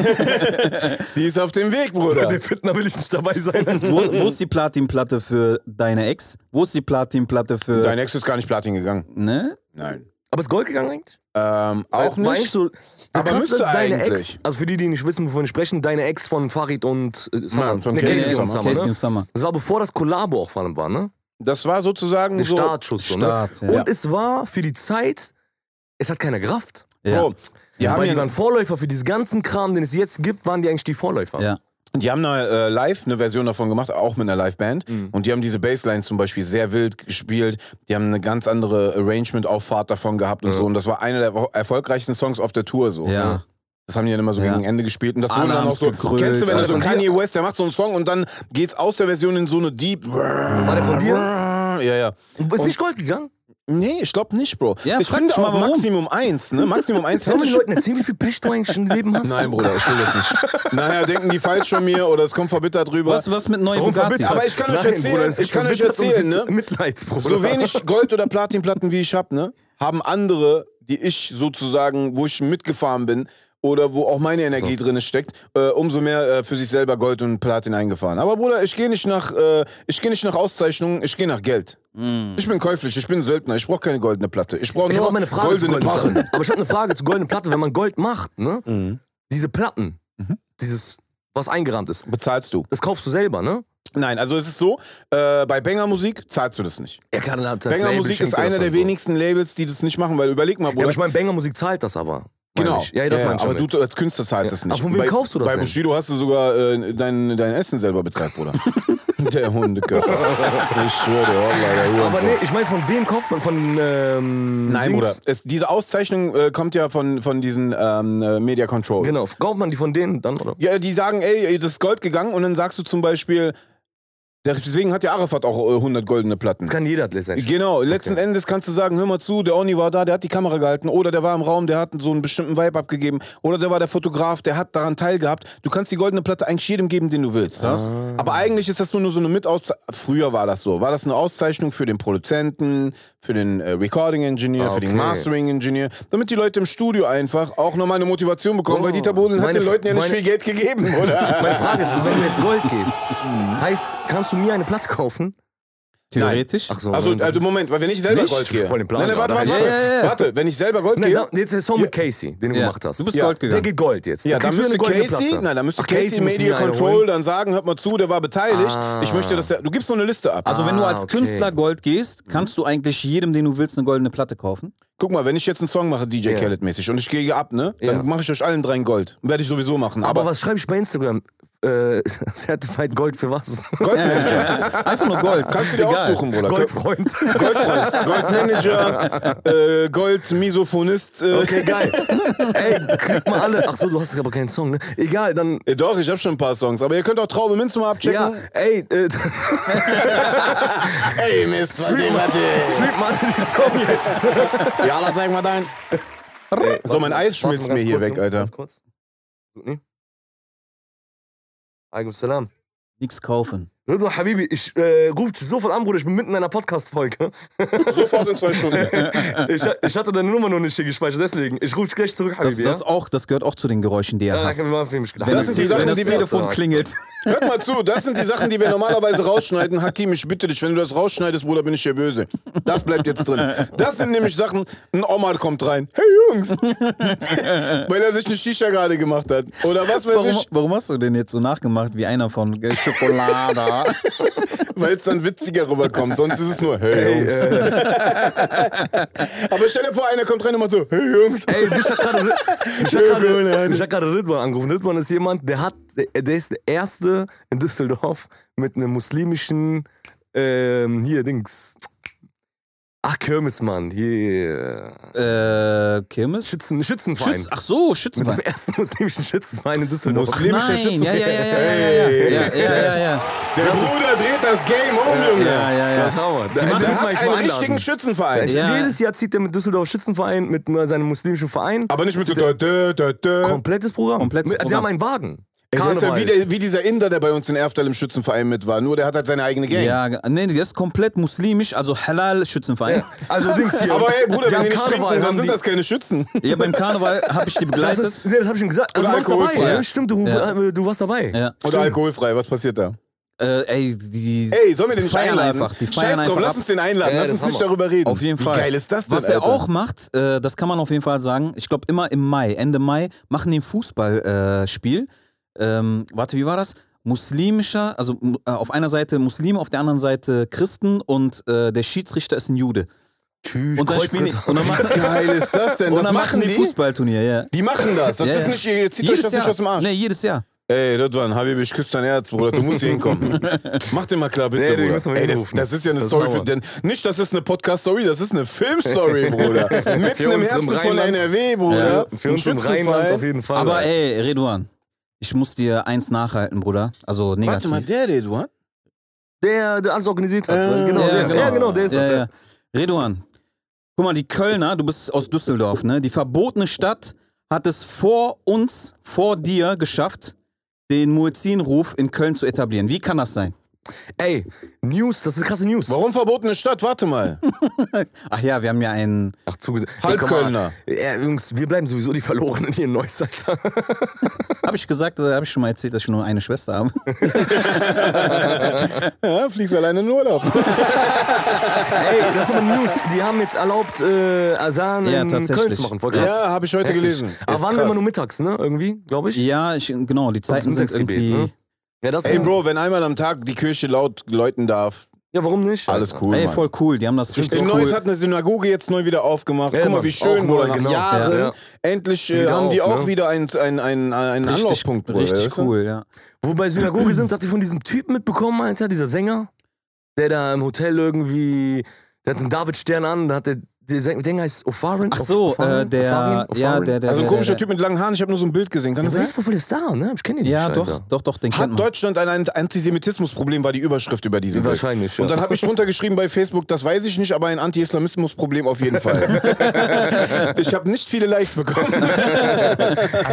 Speaker 2: Die ist auf dem Weg, Bruder.
Speaker 1: Den Fitner will ich nicht dabei sein.
Speaker 3: wo, wo ist die Platinplatte für deine Ex? Wo ist die Platinplatte für
Speaker 2: Dein Ex ist gar nicht Platin gegangen.
Speaker 3: ne?
Speaker 2: Nein.
Speaker 1: Aber ist Gold gegangen eigentlich?
Speaker 2: Ähm, auch
Speaker 1: War eigentlich
Speaker 2: nicht.
Speaker 1: so,
Speaker 2: Aber
Speaker 1: aber krass,
Speaker 2: müsste
Speaker 1: dass deine
Speaker 2: eigentlich.
Speaker 1: Ex, also für die, die nicht wissen, wovon wir sprechen, deine Ex von Farid und äh, Summer.
Speaker 2: Mann, von
Speaker 1: Nee,
Speaker 2: Casey
Speaker 1: Casey und
Speaker 2: und
Speaker 1: Summer,
Speaker 3: Casey
Speaker 1: ne?
Speaker 3: und Summer.
Speaker 1: Das war bevor das Kollabo auch vorhanden war, ne?
Speaker 2: Das war sozusagen
Speaker 1: Der
Speaker 2: so.
Speaker 1: Startschuss. So, ne?
Speaker 3: Start, ja.
Speaker 1: Und
Speaker 3: Ja.
Speaker 1: es war für die Zeit, es hat keiner gerafft.
Speaker 3: Ja.
Speaker 2: Bro, Oh, die, haben
Speaker 1: Weil die
Speaker 2: ja,
Speaker 1: waren Vorläufer für diesen ganzen Kram, den es jetzt gibt, waren die eigentlich die Vorläufer.
Speaker 3: Ja.
Speaker 2: die haben eine äh, Live, eine Version davon gemacht, auch mit einer Live-Band.
Speaker 3: Mhm.
Speaker 2: Und die haben diese Bassline zum Beispiel sehr wild gespielt. Die haben eine ganz andere Arrangement-Auffahrt davon gehabt und so. Und das war einer der erfolgreichsten Songs auf der Tour so. ne?
Speaker 3: Ja.
Speaker 2: Das haben die dann immer so
Speaker 3: Ja.
Speaker 2: gegen Ende gespielt und das wurde
Speaker 3: Alle
Speaker 2: dann auch
Speaker 3: haben's
Speaker 2: so.
Speaker 3: gegrölt,
Speaker 2: kennst du, wenn du
Speaker 3: Alter.
Speaker 2: so Kanye West, der macht so einen Song und dann geht's aus der Version in so eine Deep.
Speaker 1: War der von dir?
Speaker 2: Ja, ja.
Speaker 1: Ist nicht Gold gegangen?
Speaker 2: Nee, ich glaub nicht, Bro.
Speaker 3: Ja,
Speaker 2: ich
Speaker 3: frag
Speaker 2: finde
Speaker 3: dich mal,
Speaker 2: auch
Speaker 3: warum.
Speaker 2: Maximum 1, ne? Maximum 1
Speaker 1: Soll
Speaker 2: hätte
Speaker 1: man den
Speaker 2: schon.
Speaker 1: Leuten erzählen, wie viel Pech du eigentlich im Leben hast?
Speaker 2: Nein, Bruder, ich will das nicht. Naja, denken die falsch von mir oder es kommt verbittert rüber.
Speaker 3: Was, was mit neuen
Speaker 1: Warum
Speaker 3: Bugatti?
Speaker 1: verbittert?
Speaker 2: Aber ich kann euch
Speaker 1: Nein,
Speaker 2: erzählen,
Speaker 1: Bruder, es um
Speaker 2: ich
Speaker 1: gibt
Speaker 2: kann euch
Speaker 1: verbitterte
Speaker 2: erzählen,
Speaker 1: und
Speaker 2: ne?
Speaker 1: Mitleidsproblem.
Speaker 2: So wenig Gold- oder Platinplatten, wie ich hab, ne? Haben andere, die ich sozusagen, wo ich mitgefahren bin oder wo auch meine Energie drin steckt, äh, umso mehr äh, für sich selber Gold und Platin eingefahren. Aber Bruder, ich gehe nicht nach, äh, ich gehe nicht nach Auszeichnungen, ich gehe nach Geld.
Speaker 3: Hm.
Speaker 2: Ich bin käuflich, ich bin Söldner, ich brauche keine goldene Platte. Ich brauche
Speaker 1: Ich habe
Speaker 2: nur
Speaker 1: mal eine Frage zu
Speaker 2: goldene
Speaker 1: goldenen
Speaker 2: Barren.
Speaker 1: Platten. Aber ich habe eine Frage zu goldenen Platte. Wenn man Gold macht, ne? Diese Platten, dieses, was eingerahmt ist,
Speaker 2: Bezahlst du?
Speaker 1: das kaufst du selber, ne?
Speaker 2: Nein, also es ist so, äh, bei Banger Musik zahlst du das nicht.
Speaker 1: Ja klar, dann hat das
Speaker 2: Banger
Speaker 1: Label
Speaker 2: Musik
Speaker 1: schenkt
Speaker 2: ist
Speaker 1: dir das
Speaker 2: einer der
Speaker 1: dann so.
Speaker 2: wenigsten Labels, die das nicht machen, weil überleg mal,
Speaker 1: Ja,
Speaker 2: Bruder.
Speaker 1: aber ich meine, Banger Musik zahlt das aber. meine
Speaker 2: Genau.
Speaker 1: Ich. Ja, das meine ich
Speaker 2: aber
Speaker 1: damit.
Speaker 2: du als Künstler zahlst es nicht.
Speaker 1: Aber von wem
Speaker 2: bei,
Speaker 1: kaufst du das
Speaker 2: Bei
Speaker 1: denn?
Speaker 2: Bushido hast du sogar äh, dein, dein Essen selber bezahlt, Bruder. der Hundeköpfer. ich schwöre dir, Allah, der
Speaker 1: aber
Speaker 2: Hurensohn.
Speaker 1: nee, ich meine, von wem kauft man? Von ähm,
Speaker 2: Nein,
Speaker 1: Dings?
Speaker 2: Bruder. Es, diese Auszeichnung äh, kommt ja von, von diesen ähm, äh, Media Control.
Speaker 1: Genau, kauft man die von denen dann, oder?
Speaker 2: Ja, die sagen, ey, ey, das ist Gold gegangen und dann sagst du zum Beispiel, Deswegen hat ja Arafat auch äh, 100 goldene Platten.
Speaker 1: Kann jeder letztendlich.
Speaker 2: Genau, letzten Endes kannst du sagen, hör mal zu, der Oni war da, der hat die Kamera gehalten oder der war im Raum, der hat so einen bestimmten Vibe abgegeben oder der war der Fotograf, der hat daran teilgehabt. Du kannst die goldene Platte eigentlich jedem geben, den du willst. Das?
Speaker 1: Ah.
Speaker 2: Aber eigentlich ist das nur, nur so eine Mitauszeichnung. Früher war das so. War das eine Auszeichnung für den Produzenten, für den äh, Recording Engineer, für den
Speaker 1: Ah, Okay.
Speaker 2: Mastering Engineer, damit die Leute im Studio einfach auch nochmal eine Motivation bekommen, weil Dieter Bohlen hat
Speaker 1: Oh. Meine
Speaker 2: den
Speaker 1: F-
Speaker 2: Leuten ja nicht
Speaker 1: meine-
Speaker 2: viel Geld gegeben, oder?
Speaker 1: Meine Frage ist, wenn du jetzt Gold gehst,
Speaker 2: Mhm.
Speaker 1: heißt, kannst du mir eine Platte kaufen?
Speaker 3: Theoretisch.
Speaker 1: Ach so.
Speaker 2: Also,
Speaker 1: nein,
Speaker 2: also Moment, weil wenn ich selber
Speaker 1: Nicht?
Speaker 2: Gold gehe.
Speaker 1: Ich wollte den Plan
Speaker 2: nein, nein, warte,
Speaker 1: gerade.
Speaker 2: warte, warte,
Speaker 3: Ja, ja, ja.
Speaker 2: warte, wenn ich selber Gold
Speaker 1: nein,
Speaker 2: gehe.
Speaker 1: sag- jetzt der Song mit Casey, den du
Speaker 3: Ja.
Speaker 1: gemacht hast.
Speaker 3: Du bist
Speaker 1: ja.
Speaker 3: Gold
Speaker 1: Der
Speaker 3: gegangen.
Speaker 1: geht Gold jetzt. Da
Speaker 2: Ja, dann
Speaker 1: kriegst du
Speaker 2: müsste
Speaker 1: eine goldene
Speaker 2: Casey,
Speaker 1: Platte.
Speaker 2: nein, dann müsste
Speaker 1: Ach,
Speaker 2: Casey
Speaker 1: muss mir
Speaker 2: Media
Speaker 1: eine
Speaker 2: Control
Speaker 1: holen.
Speaker 2: dann sagen, hört mal zu, der war beteiligt.
Speaker 1: Ah.
Speaker 2: Ich möchte, dass der, du gibst so eine Liste ab.
Speaker 3: also wenn du
Speaker 1: Ah,
Speaker 3: als
Speaker 1: okay.
Speaker 3: Künstler Gold gehst, kannst du eigentlich jedem, den du willst, eine goldene Platte kaufen.
Speaker 2: Guck mal, wenn ich jetzt einen Song mache, DJ
Speaker 1: Ja.
Speaker 2: Khaled mäßig und ich gehe ab, ne? Dann
Speaker 1: Ja.
Speaker 2: mache ich euch allen dreien Gold. Werde ich sowieso machen.
Speaker 1: Aber,
Speaker 2: Aber,
Speaker 1: was schreibe ich bei Instagram? Äh, Certified Gold für was?
Speaker 2: Goldmanager.
Speaker 3: Einfach nur Gold.
Speaker 2: Kannst du dir
Speaker 3: Egal.
Speaker 2: aussuchen, Bruder.
Speaker 1: Goldfreund.
Speaker 2: Goldfreund, Goldmanager, äh, Goldmisophonist. Äh.
Speaker 1: Okay, geil. Ey, krieg mal alle. Ach so, du hast aber keinen Song, ne? Egal, dann.
Speaker 2: Äh, Doch, ich habe schon ein paar Songs, aber ihr könnt auch Traube Minze mal abchecken.
Speaker 1: Ja, ey, äh,
Speaker 2: Ey, Mist, was
Speaker 1: stream mal, stream mal den Song jetzt.
Speaker 2: Ja, lass sag mal dein. Ey, so, mein Eis schmilzt mir hier weg, Alter.
Speaker 1: Ganz kurz. Nee. Alaikum Salam.
Speaker 3: Nichts kaufen.
Speaker 1: Rüdo Habibi, ich äh, ruf dich sofort an, Bruder, ich bin mitten in einer Podcast-Folge.
Speaker 2: Sofort in zwei Stunden.
Speaker 1: Ich, ich hatte deine Nummer noch nicht hier gespeichert, deswegen. Ich rufe dich gleich zurück,
Speaker 3: Das,
Speaker 1: Habibi.
Speaker 3: das, auch, das gehört auch zu den Geräuschen, die er
Speaker 1: ja?
Speaker 3: hasst.
Speaker 1: ja, das, das,
Speaker 3: Wenn,
Speaker 2: Äh, genau. Das sind die
Speaker 3: wenn
Speaker 2: Sachen,
Speaker 3: das
Speaker 2: die wir-
Speaker 3: Telefon klingelt.
Speaker 2: Hört mal zu, das sind die Sachen, die wir normalerweise rausschneiden. Hakim, ich bitte dich, wenn du das rausschneidest, Bruder, bin ich dir böse. Das bleibt jetzt drin. Das sind nämlich Sachen, ein Omar kommt rein. Hey Jungs! Weil er sich eine Shisha gerade gemacht hat. Oder was weiß
Speaker 3: Warum,
Speaker 2: ich,
Speaker 3: warum hast du den jetzt so nachgemacht wie einer von Gell, Schokolada?
Speaker 2: weil es dann witziger rüberkommt. Sonst ist es nur, hey,
Speaker 1: Ey,
Speaker 2: Jungs.
Speaker 1: äh,
Speaker 2: Aber stell dir vor, einer kommt rein und macht so, hey Jungs.
Speaker 1: ey, ich hab gerade ich hab gerade- ich hab gerade Ridwan angerufen. Ridwan ist jemand, der hat, der, der ist der Erste in Düsseldorf mit einem muslimischen, ähm, hier, Dings. Ach, Kirmesmann, hier.
Speaker 3: äh, Kirmes?
Speaker 1: Schützen, Schützenverein.
Speaker 3: Schütz, ach so,
Speaker 1: Mit
Speaker 3: Schützenverein.
Speaker 1: dem ersten muslimischen Schützenverein in Düsseldorf.
Speaker 2: Muslim- Muslimischer
Speaker 3: Nein, ja,
Speaker 2: Schützenverein.
Speaker 3: ja, ja, ja, ja, ja, ja, ja, ja, ja,
Speaker 2: Der Bruder dreht das Game um, Junge.
Speaker 3: ja, ja, ja.
Speaker 1: Das ist Hammer. Da-
Speaker 3: machen
Speaker 1: da
Speaker 2: Der
Speaker 1: müssen wir eigentlich
Speaker 2: hat
Speaker 1: mal
Speaker 2: einen
Speaker 1: einladen.
Speaker 2: richtigen Schützenverein.
Speaker 3: Ja.
Speaker 1: Jedes Jahr zieht er mit Düsseldorf Schützenverein, mit äh, seinem muslimischen Verein.
Speaker 2: Aber nicht mit so, dö, dö, dö, dö.
Speaker 1: Komplettes Programm.
Speaker 3: Komplettes
Speaker 1: Mit- Die
Speaker 3: Programm.
Speaker 1: haben einen Wagen.
Speaker 2: Ey, das ist ja
Speaker 1: Karneval.
Speaker 2: wie, der, wie dieser Inder, der bei uns in Erftal im Schützenverein mit war. Nur der hat halt seine eigene Gang.
Speaker 3: Ja, ge- nee, das ist komplett muslimisch, also Halal-Schützenverein.
Speaker 1: also Dings hier.
Speaker 2: Aber hey, Bruder,
Speaker 1: Die
Speaker 2: wenn
Speaker 1: haben
Speaker 2: die nicht
Speaker 1: Karneval,
Speaker 2: trinken, dann
Speaker 1: haben
Speaker 2: sind
Speaker 1: die-
Speaker 2: das keine Schützen.
Speaker 3: Ja, beim Karneval habe ich die
Speaker 1: Das
Speaker 3: begleitet.
Speaker 1: ist, nee, das hab ich schon gesagt. Aber
Speaker 2: Oder
Speaker 1: du warst dabei,
Speaker 2: alkoholfrei.
Speaker 1: ja. Stimmt, du,
Speaker 3: Ja.
Speaker 1: äh, du warst dabei.
Speaker 3: ja.
Speaker 2: Oder alkoholfrei, was passiert da?
Speaker 3: Äh, ey, die
Speaker 2: Ey, sollen wir den nicht
Speaker 3: feiern
Speaker 2: einladen?
Speaker 3: einfach. Die
Speaker 2: Scheiß
Speaker 3: feiern
Speaker 2: drauf,
Speaker 3: einfach
Speaker 2: lass
Speaker 3: ab.
Speaker 2: uns den einladen,
Speaker 1: Ja,
Speaker 2: lass
Speaker 1: das
Speaker 2: uns nicht
Speaker 1: haben wir.
Speaker 2: darüber reden.
Speaker 3: Auf jeden Fall.
Speaker 2: Wie geil ist das denn,
Speaker 3: Was er
Speaker 2: Alter?
Speaker 3: auch macht, äh, das kann man auf jeden Fall sagen. Ich glaube, immer im Mai, Ende Mai, machen die ein Fußballspiel. Äh, Spiel. ähm, warte, wie war das? Muslimischer, also mu- äh, auf einer Seite Muslime, auf der anderen Seite Christen und äh, der Schiedsrichter ist ein Jude.
Speaker 1: Tschüss,
Speaker 3: Und dann spielen die,
Speaker 1: Kreuzritter.
Speaker 3: und dann machen,
Speaker 2: Wie geil ist das denn?
Speaker 3: und
Speaker 2: Das
Speaker 3: dann
Speaker 2: machen
Speaker 3: die
Speaker 2: die?
Speaker 3: Fußballturnier, ja.
Speaker 2: Die machen das. Das
Speaker 3: Ja,
Speaker 2: ist
Speaker 3: ja.
Speaker 2: nicht, ihr zieht euch
Speaker 3: Jedes
Speaker 2: das
Speaker 3: Jahr.
Speaker 2: nicht aus dem Arsch.
Speaker 3: Nee, jedes Jahr.
Speaker 2: Ey, Rödwan, Habib, ich küsse dein Herz, Bruder. Du musst hier hinkommen. Mach dir mal klar, bitte,
Speaker 1: Nee, den
Speaker 2: Bruder.
Speaker 1: müssen wir
Speaker 2: Ey, das,
Speaker 1: hinrufen.
Speaker 2: das ist ja eine
Speaker 1: Das
Speaker 2: Story
Speaker 1: machen
Speaker 2: für den. Nicht, das ist eine Podcast-Story, das ist eine Film-Story, Bruder. Mitten
Speaker 1: Für
Speaker 2: im
Speaker 1: uns im
Speaker 2: Herzen von
Speaker 1: Rheinland.
Speaker 2: NRW, Bruder.
Speaker 1: Für uns im Rheinland auf jeden Fall.
Speaker 3: Aber ey, Reduan, ich muss dir eins nachhalten, Bruder. Also negativ.
Speaker 2: der Rödwan?
Speaker 1: der, der alles organisiert hat.
Speaker 2: Äh,
Speaker 1: genau,
Speaker 2: ja,
Speaker 1: der,
Speaker 2: genau.
Speaker 1: ja, genau, der ist
Speaker 3: ja,
Speaker 1: das. Ja.
Speaker 3: ja. Reduan, guck mal, die Kölner, du bist aus Düsseldorf, ne? Die verbotene Stadt hat es vor uns, vor dir geschafft, den Muezzin-Ruf in Köln zu etablieren. Wie kann das sein?
Speaker 1: Ey, News, das ist krasse News.
Speaker 2: Warum verbotene Stadt? Warte mal.
Speaker 3: Ach ja, wir haben ja einen.
Speaker 1: Ach, zuge- Ey,
Speaker 2: Halbkölner.
Speaker 1: komm mal. Ja, Jungs, wir bleiben sowieso die Verlorenen hier in Neuss, Alter.
Speaker 3: Habe ich gesagt, habe ich schon mal erzählt, dass ich nur eine Schwester habe.
Speaker 2: Ja, fliegst alleine in den Urlaub.
Speaker 1: Ey, das sind aber News. Die haben jetzt erlaubt, äh, Asan
Speaker 3: Ja,
Speaker 1: in
Speaker 3: tatsächlich.
Speaker 1: Köln zu machen. Voll krass.
Speaker 2: Ja, habe ich heute
Speaker 1: Heftig. Ah,
Speaker 2: gelesen.
Speaker 1: Aber
Speaker 2: Ist
Speaker 1: waren immer
Speaker 2: krass.
Speaker 1: nur mittags, ne? Irgendwie, glaube ich.
Speaker 3: Ja, ich, genau, die Zeiten sind
Speaker 1: Mittagsgebet,
Speaker 3: irgendwie.
Speaker 1: ne? Ja, das
Speaker 2: Ey, Bro, wenn einmal am Tag die Kirche laut läuten darf,
Speaker 1: Ja, warum nicht?
Speaker 2: alles cool.
Speaker 3: Ey,
Speaker 2: Mann.
Speaker 3: voll cool, die haben das richtig
Speaker 2: In
Speaker 3: cool.
Speaker 2: Neuss hat eine Synagoge jetzt neu wieder aufgemacht.
Speaker 1: Ja,
Speaker 2: Guck mal,
Speaker 1: Mann.
Speaker 2: wie schön,
Speaker 1: Auch
Speaker 2: Bruder.
Speaker 1: neu,
Speaker 2: Nach
Speaker 1: genau.
Speaker 2: Jahren
Speaker 1: Ja, ja.
Speaker 2: endlich
Speaker 1: Ist
Speaker 2: äh,
Speaker 1: wieder
Speaker 2: haben die
Speaker 1: auf,
Speaker 2: auch
Speaker 1: ne?
Speaker 2: wieder einen ein, ein, ein
Speaker 3: richtig,
Speaker 2: Anlaufpunkt, Bruder. weißt
Speaker 3: richtig
Speaker 2: du?
Speaker 3: cool, ja.
Speaker 1: Wobei Synagoge sind, habt ihr von diesem Typen mitbekommen, Alter, dieser Sänger, der da im Hotel irgendwie, der hat einen David Stern an, da hat der der Sänger heißt Ofarin.
Speaker 3: Ach so,
Speaker 1: Ofarin?
Speaker 3: äh, der-
Speaker 1: Ofarin?
Speaker 3: ja,
Speaker 1: Ofarin?
Speaker 3: der- der-
Speaker 2: Also ein
Speaker 3: der-
Speaker 2: komischer
Speaker 3: der-
Speaker 2: Typ mit langen Haaren, ich habe nur so ein Bild gesehen. Kann das
Speaker 1: Aber der
Speaker 2: sein?
Speaker 1: ist voll voll der Star, ne? Ich kenne den
Speaker 3: Ja,
Speaker 1: nicht,
Speaker 3: doch,
Speaker 1: Alter.
Speaker 3: doch, doch, den kennt
Speaker 2: Hat
Speaker 3: man.
Speaker 2: Deutschland ein Antisemitismusproblem, war die Überschrift über diesen Bild.
Speaker 1: Wahrscheinlich, ja.
Speaker 2: Und dann habe ich drunter geschrieben bei Facebook, das weiß ich nicht, aber ein Anti-Islamismusproblem auf jeden Fall. ich habe nicht viele Likes bekommen.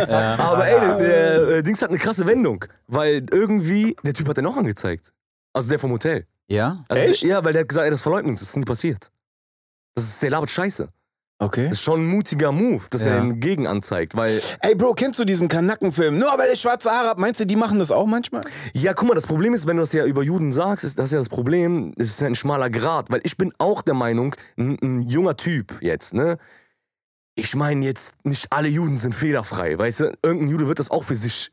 Speaker 1: Aber ey, der, der äh, Dings hat eine krasse Wendung, weil irgendwie, der Typ hat den auch angezeigt. Also der vom Hotel.
Speaker 3: Ja?
Speaker 1: Also
Speaker 2: Echt?
Speaker 1: Der, ja, weil der hat gesagt, ey, das ist Verleugnung, das ist nie passiert. Das ist, der labert Scheiße.
Speaker 2: Okay.
Speaker 1: Das ist schon ein mutiger Move, dass
Speaker 3: Ja.
Speaker 1: er den gegen anzeigt, weil
Speaker 2: Ey, Bro, kennst du diesen Kanackenfilm? Nur weil ich schwarze Haare hab. Meinst du, die machen das auch manchmal?
Speaker 1: Ja, guck mal, das Problem ist, wenn du das ja über Juden sagst, ist das ja das Problem, es ist ja ein schmaler Grat, weil ich bin auch der Meinung, ein, ein junger Typ jetzt, ne? Ich meine jetzt, nicht alle Juden sind fehlerfrei, weißt du? Irgendein Jude wird das auch für sich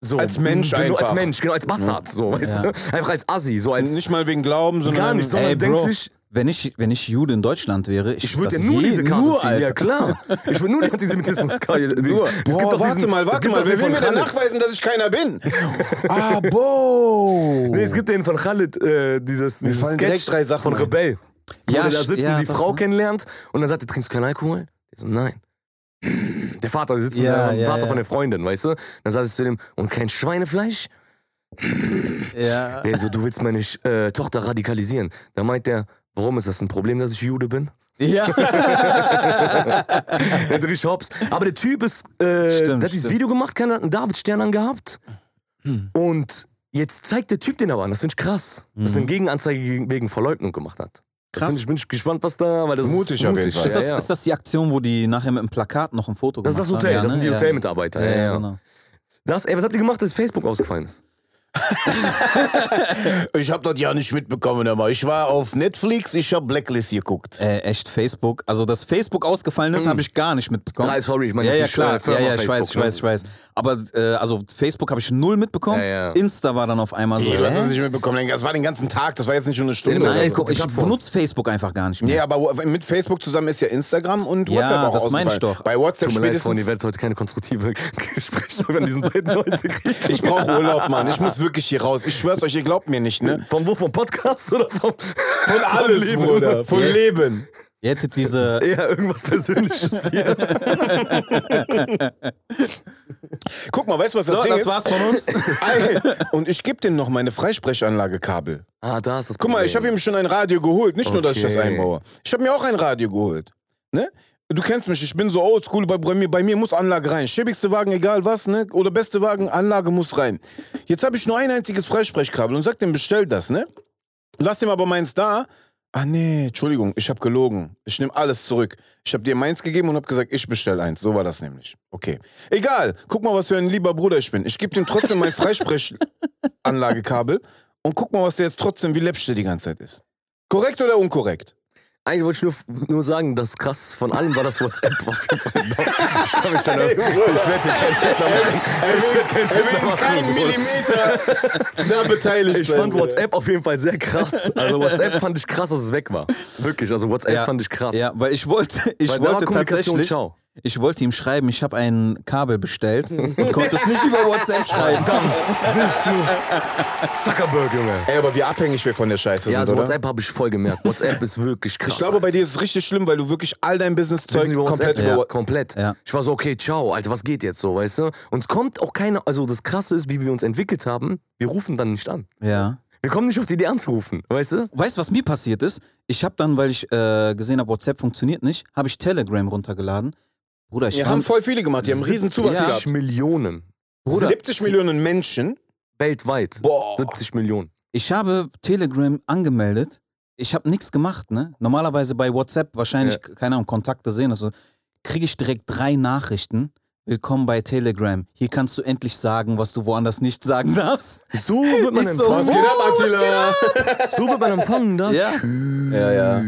Speaker 1: so.
Speaker 2: Als Mensch
Speaker 1: Benu- Als
Speaker 2: einfach.
Speaker 1: Mensch, genau, als Bastard, so, weißt du? Einfach als Assi, so als.
Speaker 2: Äh, Nicht mal wegen Glauben, sondern...
Speaker 1: gar nicht, sondern
Speaker 3: Ey,
Speaker 1: denkt
Speaker 3: Bro,
Speaker 1: sich,
Speaker 3: wenn ich, wenn ich Jude in Deutschland wäre, ich,
Speaker 1: ich würde
Speaker 3: das
Speaker 1: ja nur
Speaker 3: je-
Speaker 1: diese Karte
Speaker 3: nur,
Speaker 1: ziehen. Ja,
Speaker 3: Alter.
Speaker 1: klar. Ich würde nur die Antisemitismuskarte. Nur.
Speaker 2: Boah, warte mal, warte mal. Wer will mir denn nachweisen, dass ich keiner bin?
Speaker 3: Ah, boah.
Speaker 1: Nee, es gibt den von Khalid, äh, dieses, dieses
Speaker 2: fallen direkt
Speaker 1: Sketch
Speaker 2: drei Sachen
Speaker 1: von
Speaker 2: ein.
Speaker 1: Rebell. Wo
Speaker 3: Ja,
Speaker 1: der da
Speaker 3: sch-
Speaker 1: sitzt
Speaker 3: ja,
Speaker 1: und die
Speaker 3: warte
Speaker 1: Frau
Speaker 3: mal.
Speaker 1: kennenlernt und dann sagt er, trinkst du keinen Alkohol? Der so, nein. Der Vater, der sitzt mit
Speaker 3: Ja,
Speaker 1: dem
Speaker 3: ja,
Speaker 1: Vater
Speaker 3: ja.
Speaker 1: von der Freundin, weißt du? Dann sagt er zu dem, und kein Schweinefleisch?
Speaker 3: Ja.
Speaker 1: Der so, du willst meine Sch- äh, Tochter radikalisieren. Da meint der, warum ist das ein Problem, dass ich Jude bin?
Speaker 3: ja.
Speaker 1: Der Drich Hops. Aber der Typ ist, äh,
Speaker 3: Stimmt,
Speaker 1: der hat dieses
Speaker 3: stimmt.
Speaker 1: Video gemacht, keiner hat einen David-Stern angehabt. Und jetzt zeigt der Typ den aber an. Das finde ich krass.
Speaker 2: Mhm.
Speaker 1: Dass er eine Gegenanzeige gegen- wegen Verleugnung gemacht hat.
Speaker 3: Krass.
Speaker 1: Krass. Ich bin ich gespannt, was da, weil das
Speaker 2: Mutig
Speaker 1: ist
Speaker 2: auf jeden
Speaker 1: mutig.
Speaker 2: Fall.
Speaker 3: Ist,
Speaker 1: Ja,
Speaker 3: das,
Speaker 1: ja.
Speaker 3: ist das die Aktion, wo die nachher mit dem Plakat noch ein Foto
Speaker 1: Das
Speaker 3: gemacht
Speaker 1: ist das
Speaker 3: haben?
Speaker 1: Hotel,
Speaker 3: Ja,
Speaker 1: das
Speaker 3: ne?
Speaker 1: sind die
Speaker 3: Ja.
Speaker 1: Hotelmitarbeiter.
Speaker 3: Ja,
Speaker 1: Ja,
Speaker 3: ja,
Speaker 1: ja.
Speaker 3: genau.
Speaker 1: Das, ey, was habt ihr gemacht, als Facebook ausgefallen ist?
Speaker 2: Ich habe das ja nicht mitbekommen, aber ich war auf Netflix, ich habe Blacklist geguckt.
Speaker 3: Äh, echt Facebook. Also, dass Facebook ausgefallen ist, habe ich gar nicht mitbekommen.
Speaker 1: Drei, Hm. sorry, ich meine
Speaker 3: ja, ja,
Speaker 1: natürlich,
Speaker 3: klar.
Speaker 1: äh, Firma
Speaker 3: ja, ja, ich
Speaker 1: Facebook,
Speaker 3: weiß, ich
Speaker 1: ne?
Speaker 3: weiß, ich weiß. Aber, äh, also, Facebook habe ich null mitbekommen.
Speaker 1: Ja, ja.
Speaker 3: Insta war dann auf einmal so.
Speaker 2: Ey, du hast
Speaker 3: hä?
Speaker 2: das nicht mitbekommen. Das war den ganzen Tag, das war jetzt nicht nur eine Stunde.
Speaker 1: Nein,
Speaker 2: oder so.
Speaker 1: es guckt
Speaker 3: Facebook, ich
Speaker 1: Plattform.
Speaker 3: benutze Facebook einfach gar nicht mehr.
Speaker 2: Nee, aber wo- mit Facebook zusammen ist ja Instagram und
Speaker 3: Ja,
Speaker 2: WhatsApp auch
Speaker 3: das meine ich
Speaker 2: ausgefallen.
Speaker 3: doch.
Speaker 2: Bei WhatsApp
Speaker 1: Tut mir leid, Freunde,
Speaker 2: spätestens.
Speaker 1: ihr werdet heute keine konstruktive Gespräche über diesen beiden heute kriegen.
Speaker 2: ich brauche Urlaub, Mann. Ich muss wirklich hier raus. Ich schwör's euch, ihr glaubt mir nicht, ne?
Speaker 1: Vom wo? Vom Podcast oder vom.
Speaker 2: Von alles,
Speaker 1: Leben.
Speaker 2: Bruder. Von
Speaker 3: Ja.
Speaker 2: Leben.
Speaker 3: Ihr hättet diese.
Speaker 1: Eher irgendwas Persönliches hier.
Speaker 2: Guck mal, weißt du, was das
Speaker 3: So,
Speaker 2: Ding
Speaker 3: das
Speaker 2: ist?
Speaker 3: war's von uns.
Speaker 2: Ey, Und ich gebe dem noch meine Freisprechanlage-Kabel.
Speaker 1: Ah, da ist das
Speaker 2: Guck mal, ich habe ihm schon ein Radio geholt. Nicht nur, dass ich das
Speaker 1: Okay.
Speaker 2: einbaue. Ich habe mir auch ein Radio geholt. Ne? Du kennst mich, ich bin so oldschool, bei, bei, mir, bei mir muss Anlage rein. Schäbigste Wagen, egal was, ne? oder beste Wagen, Anlage muss rein. Jetzt habe ich nur ein einziges Freisprechkabel und sag dem, bestell das, ne? Lass ihm aber meins da. Ah nee, Entschuldigung, ich habe gelogen. Ich nehme alles zurück. Ich habe dir meins gegeben und habe gesagt, ich bestell eins. So war das nämlich. Okay. Egal, guck mal, was für ein lieber Bruder ich bin. Ich gebe dem trotzdem mein Freisprechanlagekabel und guck mal, was der jetzt trotzdem wie läppsch der die ganze Zeit ist. Korrekt oder unkorrekt?
Speaker 1: Eigentlich wollte ich nur, nur sagen, das krass von allem war das WhatsApp. auf jeden Fall. ich kann mich schon.
Speaker 2: Ey, Bruder.
Speaker 1: ich werde kein Fettner machen. Ich werde kein Fettner machen. Bruder.
Speaker 2: da beteiligt
Speaker 1: Ich fand WhatsApp auf jeden Fall sehr krass. Also WhatsApp fand ich krass, dass es weg war. Wirklich, also WhatsApp fand ich krass.
Speaker 3: Ja, weil ich wollte, ich
Speaker 1: Weil da war
Speaker 3: wollte
Speaker 1: Kommunikation,
Speaker 3: tatsächlich,
Speaker 1: ciao.
Speaker 3: ich wollte ihm schreiben, ich habe ein Kabel bestellt und konnte es nicht über WhatsApp schreiben.
Speaker 1: Verdammt, siehst du. Zuckerberg, Junge.
Speaker 2: Ey, aber wie abhängig wir von der Scheiße
Speaker 1: Ja,
Speaker 2: sind,
Speaker 1: also
Speaker 2: oder?
Speaker 1: WhatsApp habe ich voll gemerkt. WhatsApp ist wirklich krass.
Speaker 2: ich glaube, bei dir ist es richtig schlimm, weil du wirklich all dein Business-Zeug
Speaker 1: Wissen Sie, über
Speaker 2: komplett
Speaker 1: WhatsApp?
Speaker 2: über
Speaker 1: ja. komplett.
Speaker 3: Ja.
Speaker 1: Ich war so, okay, ciao, Alter, was geht jetzt so, weißt du? Uns kommt auch keine, also das Krasse ist, wie wir uns entwickelt haben, wir rufen dann nicht an.
Speaker 3: Ja.
Speaker 1: Wir kommen nicht auf die Idee anzurufen, weißt du?
Speaker 3: Weißt du, was mir passiert ist? Ich habe dann, weil ich äh, gesehen habe, WhatsApp funktioniert nicht, habe ich Telegram runtergeladen. Bruder, ich
Speaker 2: Die haben
Speaker 3: stand,
Speaker 2: voll viele gemacht, die haben einen riesen Zuwachs
Speaker 3: Ja.
Speaker 2: gehabt.
Speaker 1: Millionen.
Speaker 3: Bruder,
Speaker 2: 70 Millionen Menschen.
Speaker 1: Weltweit.
Speaker 2: Boah.
Speaker 1: 70 Millionen.
Speaker 3: ich habe Telegram angemeldet. Ich habe nichts gemacht, ne? Normalerweise bei WhatsApp wahrscheinlich, keine Ahnung, Kontakte sehen, also kriege ich direkt drei Nachrichten. Willkommen bei Telegram. Hier kannst du endlich sagen, was du woanders nicht sagen darfst.
Speaker 1: So wird man
Speaker 3: Ist so,
Speaker 1: empfangen.
Speaker 3: Was geht ab,
Speaker 2: Attila?
Speaker 1: So wird man empfangen, da.
Speaker 3: Ja.
Speaker 2: Ja, ja.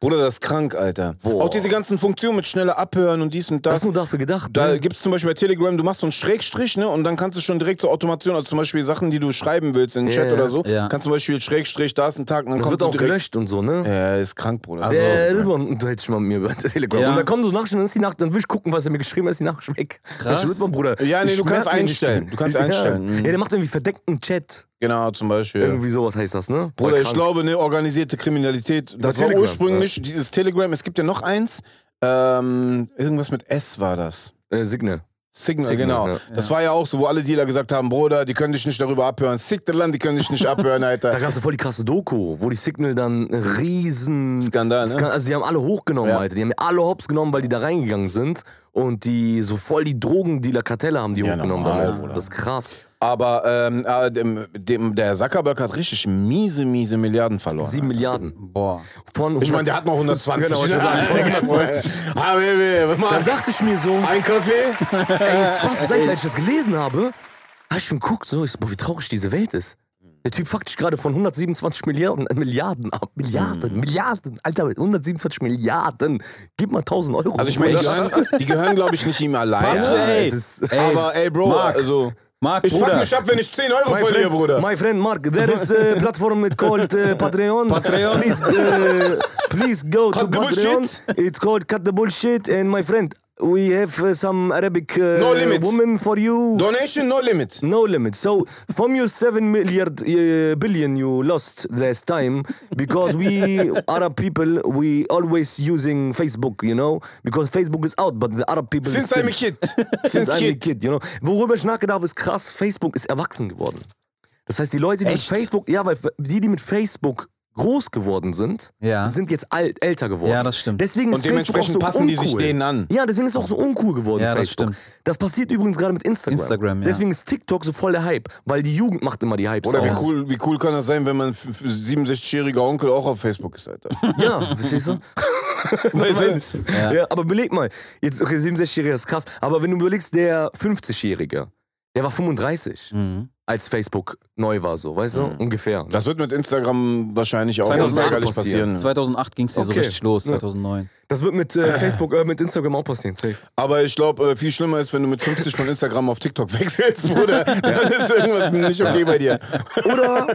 Speaker 2: Bruder, das ist krank, Alter.
Speaker 1: Boah.
Speaker 2: Auch diese ganzen Funktionen mit schneller Abhören und dies und
Speaker 1: Das
Speaker 2: das.
Speaker 1: ist nur dafür gedacht.
Speaker 2: da
Speaker 1: ne?
Speaker 2: gibt es zum Beispiel bei Telegram, du machst so einen Schrägstrich, ne? Und dann kannst du schon direkt zur Automation, also zum Beispiel Sachen, die du schreiben willst in den Chat
Speaker 1: Ja,
Speaker 2: oder so,
Speaker 3: ja.
Speaker 2: kannst zum Beispiel Schrägstrich, da ist ein Tag, und dann
Speaker 1: das
Speaker 2: kommt
Speaker 1: wird
Speaker 2: du
Speaker 1: auch
Speaker 2: direkt.
Speaker 1: gelöscht und so, ne?
Speaker 2: Ja, ist krank, Bruder.
Speaker 3: Also-
Speaker 1: Äh, Lübmann, du hättest schon mal mit mir über Telegram.
Speaker 3: Ja.
Speaker 1: Und dann kommen so Nachrichten, dann ist die Nacht, dann will ich gucken, was er mir geschrieben hat, ist die Nachricht weg.
Speaker 3: Krass.
Speaker 1: Dann Lübmann, Bruder.
Speaker 2: Ja, nee,
Speaker 1: ich
Speaker 2: du kannst
Speaker 1: merk mir nicht
Speaker 2: einstellen.
Speaker 1: den-
Speaker 2: Du kannst
Speaker 1: Ja.
Speaker 2: einstellen. Mhm.
Speaker 1: Ja, der macht irgendwie verdeckten Chat.
Speaker 2: Genau, zum Beispiel.
Speaker 1: Irgendwie sowas heißt das, ne? Voll
Speaker 2: Oder ich
Speaker 1: krank.
Speaker 2: glaube, ne, organisierte Kriminalität. Das war
Speaker 1: Telegram,
Speaker 2: ursprünglich dieses Telegram. Es gibt ja noch eins. Ähm, irgendwas mit S war das.
Speaker 1: Äh, Signal.
Speaker 2: Signal,
Speaker 1: Signal,
Speaker 2: genau.
Speaker 1: ja.
Speaker 2: Das war ja auch so, wo alle Dealer gesagt haben, Bruder, die können dich nicht darüber abhören. Sigdeland, die können dich nicht abhören,
Speaker 1: Da
Speaker 2: Alter.
Speaker 1: gab es ja voll die krasse Doku, wo die Signal dann riesen...
Speaker 2: Skandal, ne?
Speaker 1: Skan- Also die haben alle hochgenommen,
Speaker 2: Ja.
Speaker 1: Alter. Die haben alle hops genommen, weil die da reingegangen sind. Und die so voll die Drogendealer-Kartelle haben die hochgenommen
Speaker 2: normal,
Speaker 1: damals.
Speaker 2: Bruder.
Speaker 1: Das ist krass.
Speaker 2: Aber ähm, äh, dem, dem, der Zuckerberg hat richtig miese, miese Milliarden verloren.
Speaker 1: Sieben Milliarden.
Speaker 3: Boah.
Speaker 1: Von
Speaker 2: ich meine, der hat noch 120.
Speaker 1: Genau, ich wollte sagen, von 120.
Speaker 2: Ah, Habibi, was
Speaker 1: Dann
Speaker 2: mal.
Speaker 1: dachte ich mir so,
Speaker 2: Ein Kaffee?
Speaker 1: Ey, jetzt Spaß, seit, seit ich das gelesen habe, habe ich schon geguckt, so, ich so, boah, wie traurig diese Welt ist. Der Typ fuckt dich gerade von 127 Milliarden, äh, Milliarden ab.
Speaker 2: Mhm.
Speaker 1: Milliarden, Milliarden. Alter, mit 127 Milliarden. Gib mal 1000 Euro.
Speaker 2: Also ich meine, die gehören, die gehören glaube ich, nicht ihm allein.
Speaker 1: Warte,
Speaker 2: Ja,
Speaker 1: ey.
Speaker 2: es ist- aber ey, Bro,
Speaker 3: Marc.
Speaker 2: also...
Speaker 3: Marc,
Speaker 2: Ich fuck
Speaker 3: Bruder.
Speaker 2: mich ab, wenn ich 10 Euro verliere, Bruder.
Speaker 1: My friend Mark, there is a platform mit called äh, Patreon.
Speaker 3: Patreon.
Speaker 1: Please, äh, please go to
Speaker 2: Cut the
Speaker 1: Patreon.
Speaker 2: bullshit.
Speaker 1: It's called Cut the Bullshit. And my friend, we have äh, some Arabic äh,
Speaker 2: No limit.
Speaker 1: woman for you.
Speaker 2: Donation, no limit.
Speaker 1: No limit. So from your seven milliard uh, billion you lost last time, because we Arab people we always using Facebook, you know, because Facebook is out, but the Arab people is
Speaker 2: Since
Speaker 1: still,
Speaker 2: I'm a kid.
Speaker 1: since
Speaker 2: Since
Speaker 1: I'm a
Speaker 2: kid.
Speaker 1: kid, you know. Worüber ich nachgedacht habe, ist krass. Facebook ist erwachsen geworden. Das heißt, die Leute, die
Speaker 3: Echt?
Speaker 1: mit Facebook, ja, weil die, die mit Facebook groß geworden sind,
Speaker 3: Ja.
Speaker 1: sind jetzt alt, älter geworden.
Speaker 3: Ja, das stimmt.
Speaker 1: Deswegen
Speaker 2: Und
Speaker 1: ist Facebook auch
Speaker 2: dementsprechend
Speaker 1: so
Speaker 2: passen die sich
Speaker 1: uncool.
Speaker 2: denen an.
Speaker 1: Ja, deswegen ist es auch so uncool geworden,
Speaker 3: Ja, das
Speaker 1: Facebook.
Speaker 3: stimmt.
Speaker 1: Das passiert übrigens gerade mit Instagram.
Speaker 3: Instagram, ja.
Speaker 1: Deswegen ist TikTok so voll der Hype, weil die Jugend macht immer die Hypes
Speaker 2: Oder wie
Speaker 1: aus.
Speaker 2: cool, wie cool kann das sein, wenn mein f- f- 67-jähriger Onkel auch auf Facebook ist, Alter?
Speaker 1: Ja, verstehst du?
Speaker 2: Weißt du?
Speaker 1: ja. aber beleg mal. Jetzt, okay, 67-Jähriger ist krass, aber wenn du überlegst, der 50-Jährige, der war 35,
Speaker 3: Mhm.
Speaker 1: als Facebook neu war, so, weißt du? Ungefähr.
Speaker 2: Das wird mit Instagram wahrscheinlich auch
Speaker 1: 2008
Speaker 2: unweigerlich passieren.
Speaker 3: 2008 ging es dir so
Speaker 1: Okay.
Speaker 3: richtig los,
Speaker 1: Ja.
Speaker 3: 2009.
Speaker 1: Das wird mit äh, Facebook, äh, mit Instagram auch passieren, safe.
Speaker 2: Aber ich glaube, viel schlimmer ist, wenn du mit 50 von Instagram auf TikTok wechselst, Bruder. Dann ist irgendwas nicht okay bei dir.
Speaker 1: Oder?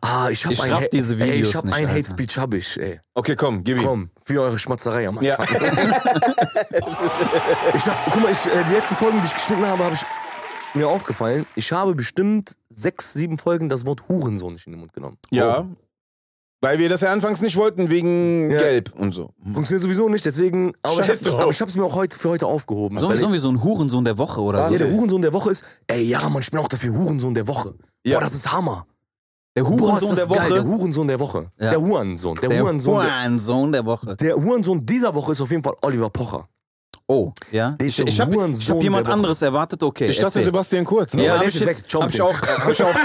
Speaker 1: Ah, ich hab
Speaker 3: Ich
Speaker 1: ein
Speaker 3: raff
Speaker 1: Ha-
Speaker 3: diese
Speaker 1: ey,
Speaker 3: Videos
Speaker 1: ich hab
Speaker 3: nicht,
Speaker 1: ein
Speaker 3: Alter.
Speaker 1: Hate Speech, hab ich, ey.
Speaker 2: Okay, komm, gib ihm.
Speaker 1: Komm, für eure Schmatzerei am Anfang.
Speaker 2: Ja.
Speaker 1: Ich hab, guck mal, ich, äh, die letzten Folgen, die ich geschnitten habe, habe ich mir aufgefallen, ich habe bestimmt sechs, sieben Folgen das Wort Hurensohn nicht in den Mund genommen.
Speaker 2: Ja. Weil wir das ja anfangs nicht wollten, wegen
Speaker 1: Oh. Ja.
Speaker 2: Gelb und so.
Speaker 1: Funktioniert sowieso nicht, deswegen. Aber
Speaker 2: Scheiß
Speaker 1: ich,
Speaker 2: drauf.
Speaker 1: hab, aber ich hab's mir auch heute für heute aufgehoben.
Speaker 3: Sollen
Speaker 1: Weil
Speaker 3: wir, sollen wir so ein Hurensohn der Woche oder so?
Speaker 1: ja, der Hurensohn der Woche ist, ey, ja, man, ich bin auch dafür Hurensohn der Woche.
Speaker 2: Ja.
Speaker 1: Boah, das ist Hammer.
Speaker 3: Der
Speaker 1: Boah, ist
Speaker 3: Hurensohn
Speaker 1: das
Speaker 3: der
Speaker 1: Geil, der
Speaker 3: Woche.
Speaker 1: Hurensohn der Woche.
Speaker 3: Ja.
Speaker 1: Der Hurensohn. Der,
Speaker 3: Der
Speaker 1: Hurensohn. Der,
Speaker 3: Hurensohn der Woche.
Speaker 1: der Hurensohn dieser Woche ist auf jeden Fall Oliver Pocher.
Speaker 3: Oh, ja.
Speaker 1: Der ist
Speaker 3: Ich,
Speaker 1: der
Speaker 3: ich habe
Speaker 1: Hurensohn
Speaker 3: hab jemand
Speaker 1: der Woche.
Speaker 3: anderes erwartet, okay.
Speaker 2: Ich dachte,
Speaker 3: erzähl.
Speaker 2: Sebastian Kurz.
Speaker 1: aber
Speaker 3: ja,
Speaker 1: der
Speaker 3: hab
Speaker 1: ist
Speaker 3: ich,
Speaker 1: jetzt
Speaker 3: jetzt,
Speaker 1: weg, ciao,
Speaker 3: hab ich
Speaker 1: Tim.
Speaker 3: auch, hab ich auch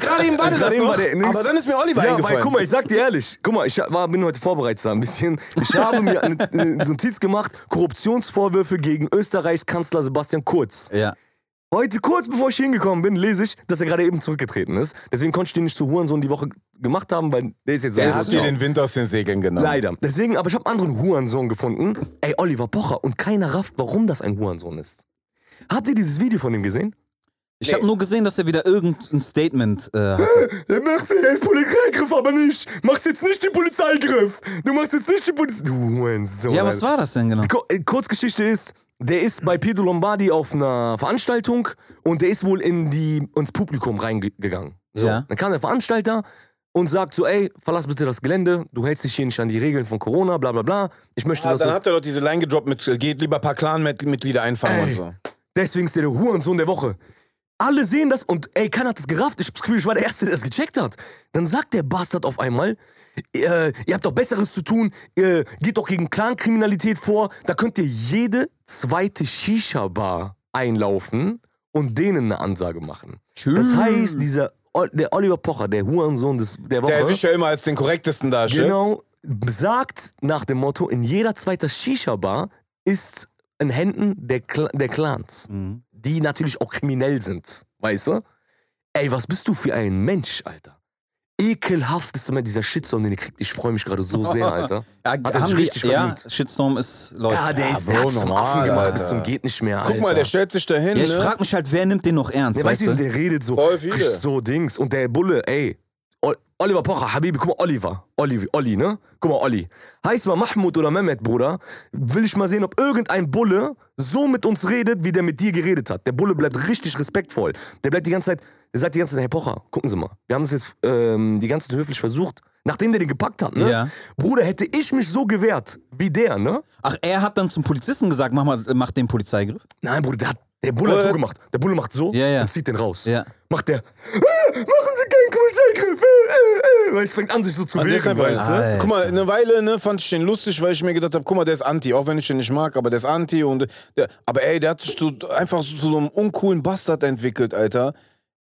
Speaker 2: Gerade eben war das
Speaker 1: Gerade eben
Speaker 2: noch,
Speaker 1: war der nächste-
Speaker 2: aber dann ist mir Oliver
Speaker 1: Ja, weil
Speaker 2: eingefallen.
Speaker 1: guck mal, ich sag dir ehrlich, guck mal, ich war, bin heute vorbereitet da ein bisschen. Ich habe mir eine, eine Notiz gemacht, Korruptionsvorwürfe gegen Österreichs Kanzler Sebastian Kurz.
Speaker 3: ja.
Speaker 1: Heute, kurz bevor ich hingekommen bin, lese ich, dass er gerade eben zurückgetreten ist. Deswegen konnte ich den nicht zu Hurensohn die Woche gemacht haben, weil der ist jetzt so.
Speaker 2: er hat dir den Wind aus den Segeln genommen.
Speaker 1: Leider. Deswegen, aber ich habe einen anderen Hurensohn gefunden. Ey, Oliver Pocher. Und keiner rafft, warum das ein Hurensohn ist. Habt ihr dieses Video von ihm gesehen?
Speaker 3: Ich habe nur gesehen, dass er wieder irgendein Statement äh, hatte.
Speaker 1: Er macht jetzt Polizeigriff, aber nicht. Machst jetzt nicht den Polizeigriff. Du machst jetzt nicht den Polizei... Du Hurensohn.
Speaker 3: Ja, was war das denn genau?
Speaker 1: Ko- äh, Kurzgeschichte ist, der ist bei Pietro Lombardi auf einer Veranstaltung und der ist wohl in die, ins Publikum reingegangen. So.
Speaker 3: Ja.
Speaker 1: Dann kam der Veranstalter und sagt so, ey, verlass bitte das Gelände, du hältst dich hier nicht an die Regeln von Corona, bla bla bla. Ich möchte,
Speaker 2: Ah,
Speaker 1: dass du
Speaker 2: dann
Speaker 1: das
Speaker 2: habt ihr doch diese Line gedroppt mit, äh, geht lieber ein paar Clan-Mitglieder einfangen und so.
Speaker 1: Deswegen ist der der Hurensohn der Woche. Alle sehen das und ey, keiner hat das gerafft. Ich hab das Gefühl, ich war der Erste, der das gecheckt hat. Dann sagt der Bastard auf einmal, äh, ihr habt doch Besseres zu tun, äh, geht doch gegen Clankriminalität vor. Da könnt ihr jede zweite Shisha-Bar einlaufen und denen eine Ansage machen. Das heißt, dieser, O- der Oliver Pocher, der Hurensohn des, der Woche,
Speaker 2: Der sicher immer als den korrektesten darstellt.
Speaker 1: genau, sagt nach dem Motto, in jeder zweiten Shisha-Bar ist in Händen der, Cl der Clans
Speaker 3: Mhm.
Speaker 1: die natürlich auch kriminell sind, weißt du? Ey, was bist du für ein Mensch, Alter? Ekelhaft ist immer dieser Shitstorm, den ihr kriegt. Ich freue mich gerade so sehr, Alter.
Speaker 3: Ja,
Speaker 1: Hat er
Speaker 3: haben
Speaker 1: sich
Speaker 3: die-
Speaker 1: richtig
Speaker 3: ja,
Speaker 1: verdient.
Speaker 3: Shitstorm ist läuft.
Speaker 1: Ja, der ist, der
Speaker 2: Bro,
Speaker 1: hat sich zum
Speaker 2: normal,
Speaker 1: Affen gemacht,
Speaker 2: Alter.
Speaker 1: bis zum geht nicht mehr, Alter.
Speaker 2: Guck mal, der stellt sich dahin,
Speaker 3: Ja, ich
Speaker 2: ne?
Speaker 3: frag mich halt, wer nimmt den noch ernst,
Speaker 1: der, weißt
Speaker 3: weißt
Speaker 1: du,
Speaker 3: du?
Speaker 1: der redet so,
Speaker 2: Voll viele.
Speaker 1: so Dings. Und der Bulle, ey, O- Oliver Pocher, Habibi, guck mal, Oliver. Olivi, Olli, ne? Guck mal, Olli. Heißt mal Mahmoud oder Mehmet, Bruder. Will ich mal sehen, ob irgendein Bulle so mit uns redet, wie der mit dir geredet hat. Der Bulle bleibt richtig respektvoll. Der bleibt die ganze Zeit, der sagt die ganze Zeit, Herr Pocher, gucken Sie mal. Wir haben das jetzt ähm, die ganze Zeit höflich versucht, nachdem der den gepackt hat, ne?
Speaker 3: Ja.
Speaker 1: Bruder, hätte ich mich so gewehrt wie der, ne?
Speaker 3: Ach, er hat dann zum Polizisten gesagt, mach, mal, mach den Polizeigriff.
Speaker 1: Nein, Bruder, der, hat, der Bulle hat
Speaker 2: Oder-
Speaker 1: so gemacht. Der Bulle macht so
Speaker 3: Äh. Ja, ja.
Speaker 1: und zieht den raus.
Speaker 3: Ja.
Speaker 1: Macht der, äh, machen Sie keinen Polizeigriff, äh, äh, äh. Weil es fängt an, sich so zu
Speaker 2: Und
Speaker 1: wehren,
Speaker 2: deshalb,
Speaker 1: weißt du?
Speaker 3: Alter.
Speaker 2: Guck mal, eine Weile ne, fand ich den lustig, weil ich mir gedacht habe, guck mal, der ist Anti, auch wenn ich den nicht mag, aber der ist Anti und der, aber ey, der hat sich so, einfach so, zu so einem uncoolen Bastard entwickelt, Alter.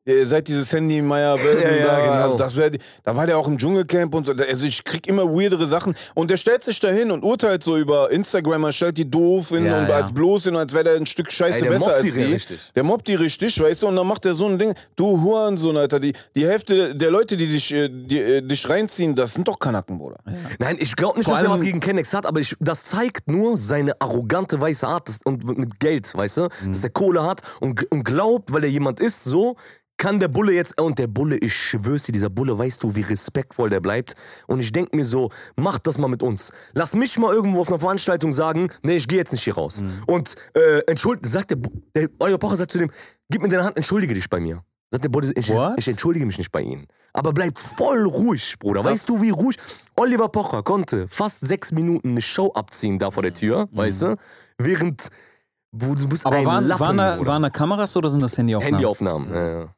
Speaker 2: Äh, Seit dieses Sandy Meyer,
Speaker 1: Ja, ja, genau.
Speaker 2: also das wär, die- da war der auch im Dschungelcamp und so. Also ich krieg immer weirdere Sachen und der stellt sich dahin und urteilt so über Instagramer, stellt die doof hin
Speaker 3: Ja,
Speaker 2: und
Speaker 3: ja.
Speaker 2: als bloß hin, als wäre der ein Stück Scheiße
Speaker 1: Ey, der
Speaker 2: besser
Speaker 1: mobbt
Speaker 2: als
Speaker 1: die
Speaker 2: die.
Speaker 1: richtig.
Speaker 2: Der mobbt die richtig, weißt du, und dann macht er so ein Ding. Du Hurensohn, Alter, die, die Hälfte der Leute, die dich, äh, die, äh, dich reinziehen, das sind doch Kanaken, Bruder.
Speaker 1: Nein, ich glaube nicht,
Speaker 3: Vor
Speaker 1: dass er
Speaker 3: allem-
Speaker 1: was gegen Kennex hat, aber ich, das zeigt nur seine arrogante weiße Art das, und mit Geld, weißt du?
Speaker 3: Mhm.
Speaker 1: Dass er Kohle hat und, und glaubt, weil er jemand ist, so kann der Bulle jetzt, und der Bulle, ich schwör's dir, dieser Bulle, weißt du, wie respektvoll der bleibt. Und ich denk mir so, mach das mal mit uns. Lass mich mal irgendwo auf einer Veranstaltung sagen, nee, ich gehe jetzt nicht hier raus.
Speaker 3: Mhm.
Speaker 1: Und äh, entschuldigt, sagt der, Bu- der euer Pocher sagt zu dem, gib mir deine Hand, entschuldige dich bei mir. Sagt der Bulle, ich,
Speaker 3: What?
Speaker 1: ich entschuldige mich nicht bei Ihnen. Aber bleib voll ruhig, Bruder. Weißt du, wie ruhig? Oliver Pocher konnte fast sechs Minuten eine Show abziehen da vor der Tür, weißt du? Während. wo Du bist
Speaker 3: Mhm. Aber
Speaker 1: ein
Speaker 3: waren,
Speaker 1: Lappen,
Speaker 3: waren, da,
Speaker 1: Bruder.
Speaker 3: waren da Kameras oder sind das Handyaufnahmen?
Speaker 1: Handyaufnahmen. Ja, ja.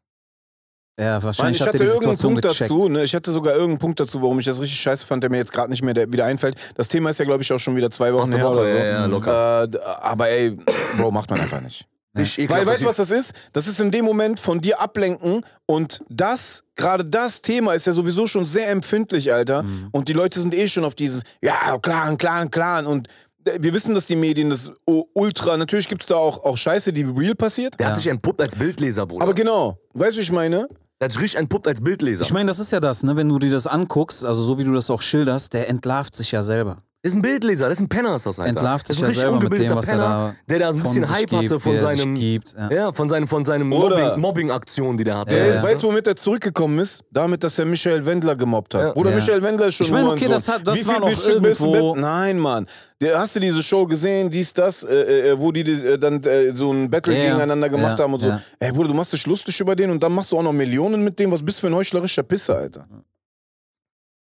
Speaker 3: Ja,
Speaker 2: Mann, ich
Speaker 3: wahrscheinlich hat
Speaker 2: hatte
Speaker 3: er die
Speaker 2: irgendeinen
Speaker 3: Situation
Speaker 2: Punkt
Speaker 3: gecheckt.
Speaker 2: dazu, ne? Ich hatte sogar irgendeinen Punkt dazu, warum ich das richtig scheiße fand, der mir jetzt gerade nicht mehr der, wieder einfällt. Das Thema ist ja, glaube ich, auch schon wieder zwei Wochen
Speaker 1: Fast eine
Speaker 2: her
Speaker 1: Woche,
Speaker 2: oder so.
Speaker 1: ja, ja,
Speaker 2: Äh, d- aber ey, Bro, macht man einfach nicht.
Speaker 1: Ich
Speaker 2: Weil,
Speaker 1: ekelhaft,
Speaker 2: weißt du, was
Speaker 1: das
Speaker 2: das ist? Das ist in dem Moment von dir ablenken und das, gerade das Thema ist ja sowieso schon sehr empfindlich, Alter.
Speaker 1: Mhm.
Speaker 2: Und die Leute sind eh schon auf dieses, ja, Clan, Clan, Clan und äh, wir wissen, dass die Medien das u- ultra, natürlich gibt es da auch, auch Scheiße, die real passiert.
Speaker 1: Der hat sich entpuppt als Bildleser, Bruder.
Speaker 2: Aber genau, weißt du, wie ich meine?
Speaker 1: der hat sich richtig entpuppt als Bildleser.
Speaker 3: Ich meine, das ist ja das, ne? wenn du dir das anguckst, also so wie du das auch schilderst, der entlarvt sich ja selber.
Speaker 1: das ist ein Bildleser, das ist ein Penner, ist das, Alter.
Speaker 3: Entlarvt
Speaker 1: das
Speaker 3: sich
Speaker 1: ist ein
Speaker 3: ja
Speaker 1: richtig
Speaker 3: selber mit
Speaker 1: ungebildeter
Speaker 3: dem, was er
Speaker 1: Penner,
Speaker 3: da
Speaker 1: der da ein
Speaker 3: von
Speaker 1: bisschen
Speaker 3: sich
Speaker 1: Hype
Speaker 3: gibt,
Speaker 1: hatte von
Speaker 3: der sich
Speaker 1: seinem.
Speaker 3: gibt, ja.
Speaker 1: von seinem, von seinem
Speaker 2: Oder-
Speaker 1: Mobbing- Mobbing-Aktion, die der hatte.
Speaker 3: Ja,
Speaker 2: Der,
Speaker 1: weißt du?
Speaker 2: Äh, Weißt du, womit er zurückgekommen ist? Damit, dass er Michael Wendler gemobbt hat.
Speaker 1: Ja.
Speaker 2: Oder
Speaker 3: Ja.
Speaker 2: Michael Wendler ist schon
Speaker 3: Ich meine, okay,
Speaker 2: Hurensohn.
Speaker 3: das hat- das
Speaker 2: Wie
Speaker 3: war
Speaker 2: viel
Speaker 3: noch
Speaker 2: bist du- bist du-
Speaker 3: irgendwo-
Speaker 2: bist- Nein, Mann. Der, hast du diese Show gesehen, dies, das, äh, äh, wo die äh, dann äh, so ein Battle
Speaker 3: Ja, ja.
Speaker 2: gegeneinander gemacht
Speaker 3: Ja,
Speaker 2: haben und so.
Speaker 3: ja.
Speaker 2: Ey, Bruder, du machst dich lustig über den und dann machst du auch noch Millionen mit dem. Was bist du für ein heuchlerischer Pisser, Alter?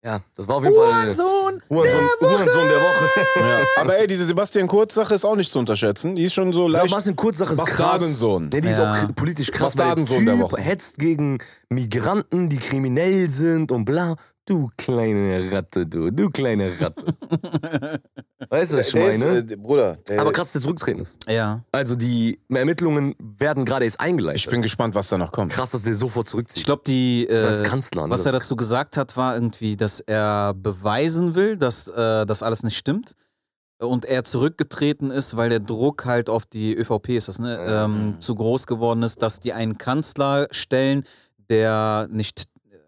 Speaker 1: Ja, das war auf jeden Fall. eine- Hurensohn der Woche. Hurensohn der Woche.
Speaker 2: Ja. Aber ey, diese Sebastian Kurz-Sache ist auch nicht zu unterschätzen. Die ist schon so leicht.
Speaker 1: Sebastian Kurzach ist krass.
Speaker 2: Bastadensohn.
Speaker 1: Der die ist
Speaker 3: Ja.
Speaker 1: auch k- politisch krass, weil der
Speaker 2: Bastadensohn der
Speaker 1: Typ
Speaker 2: Woche.
Speaker 1: hetzt gegen Migranten, die kriminell sind und bla. Du kleine Ratte, du. Du kleine Ratte. weißt du, was ich
Speaker 2: Der ist,
Speaker 1: meine?
Speaker 2: äh, Bruder, der-
Speaker 1: Aber krass, der zurücktreten ist.
Speaker 3: Ja.
Speaker 1: Also die Ermittlungen werden gerade erst eingeleitet.
Speaker 2: ich bin gespannt, was da noch kommt.
Speaker 1: krass, dass der sofort
Speaker 3: Ich
Speaker 1: zurückzieht.
Speaker 3: glaube, die äh,
Speaker 1: Das ist Kanzler, ne?
Speaker 3: was
Speaker 1: Das
Speaker 3: er
Speaker 1: ist
Speaker 3: dazu gesagt hat, war irgendwie, dass er beweisen will, dass äh, das alles nicht stimmt und er zurückgetreten ist, weil der Druck halt auf die ÖVP ist, das ne
Speaker 1: Mhm.
Speaker 3: ähm, zu groß geworden ist, dass die einen Kanzler stellen, der nicht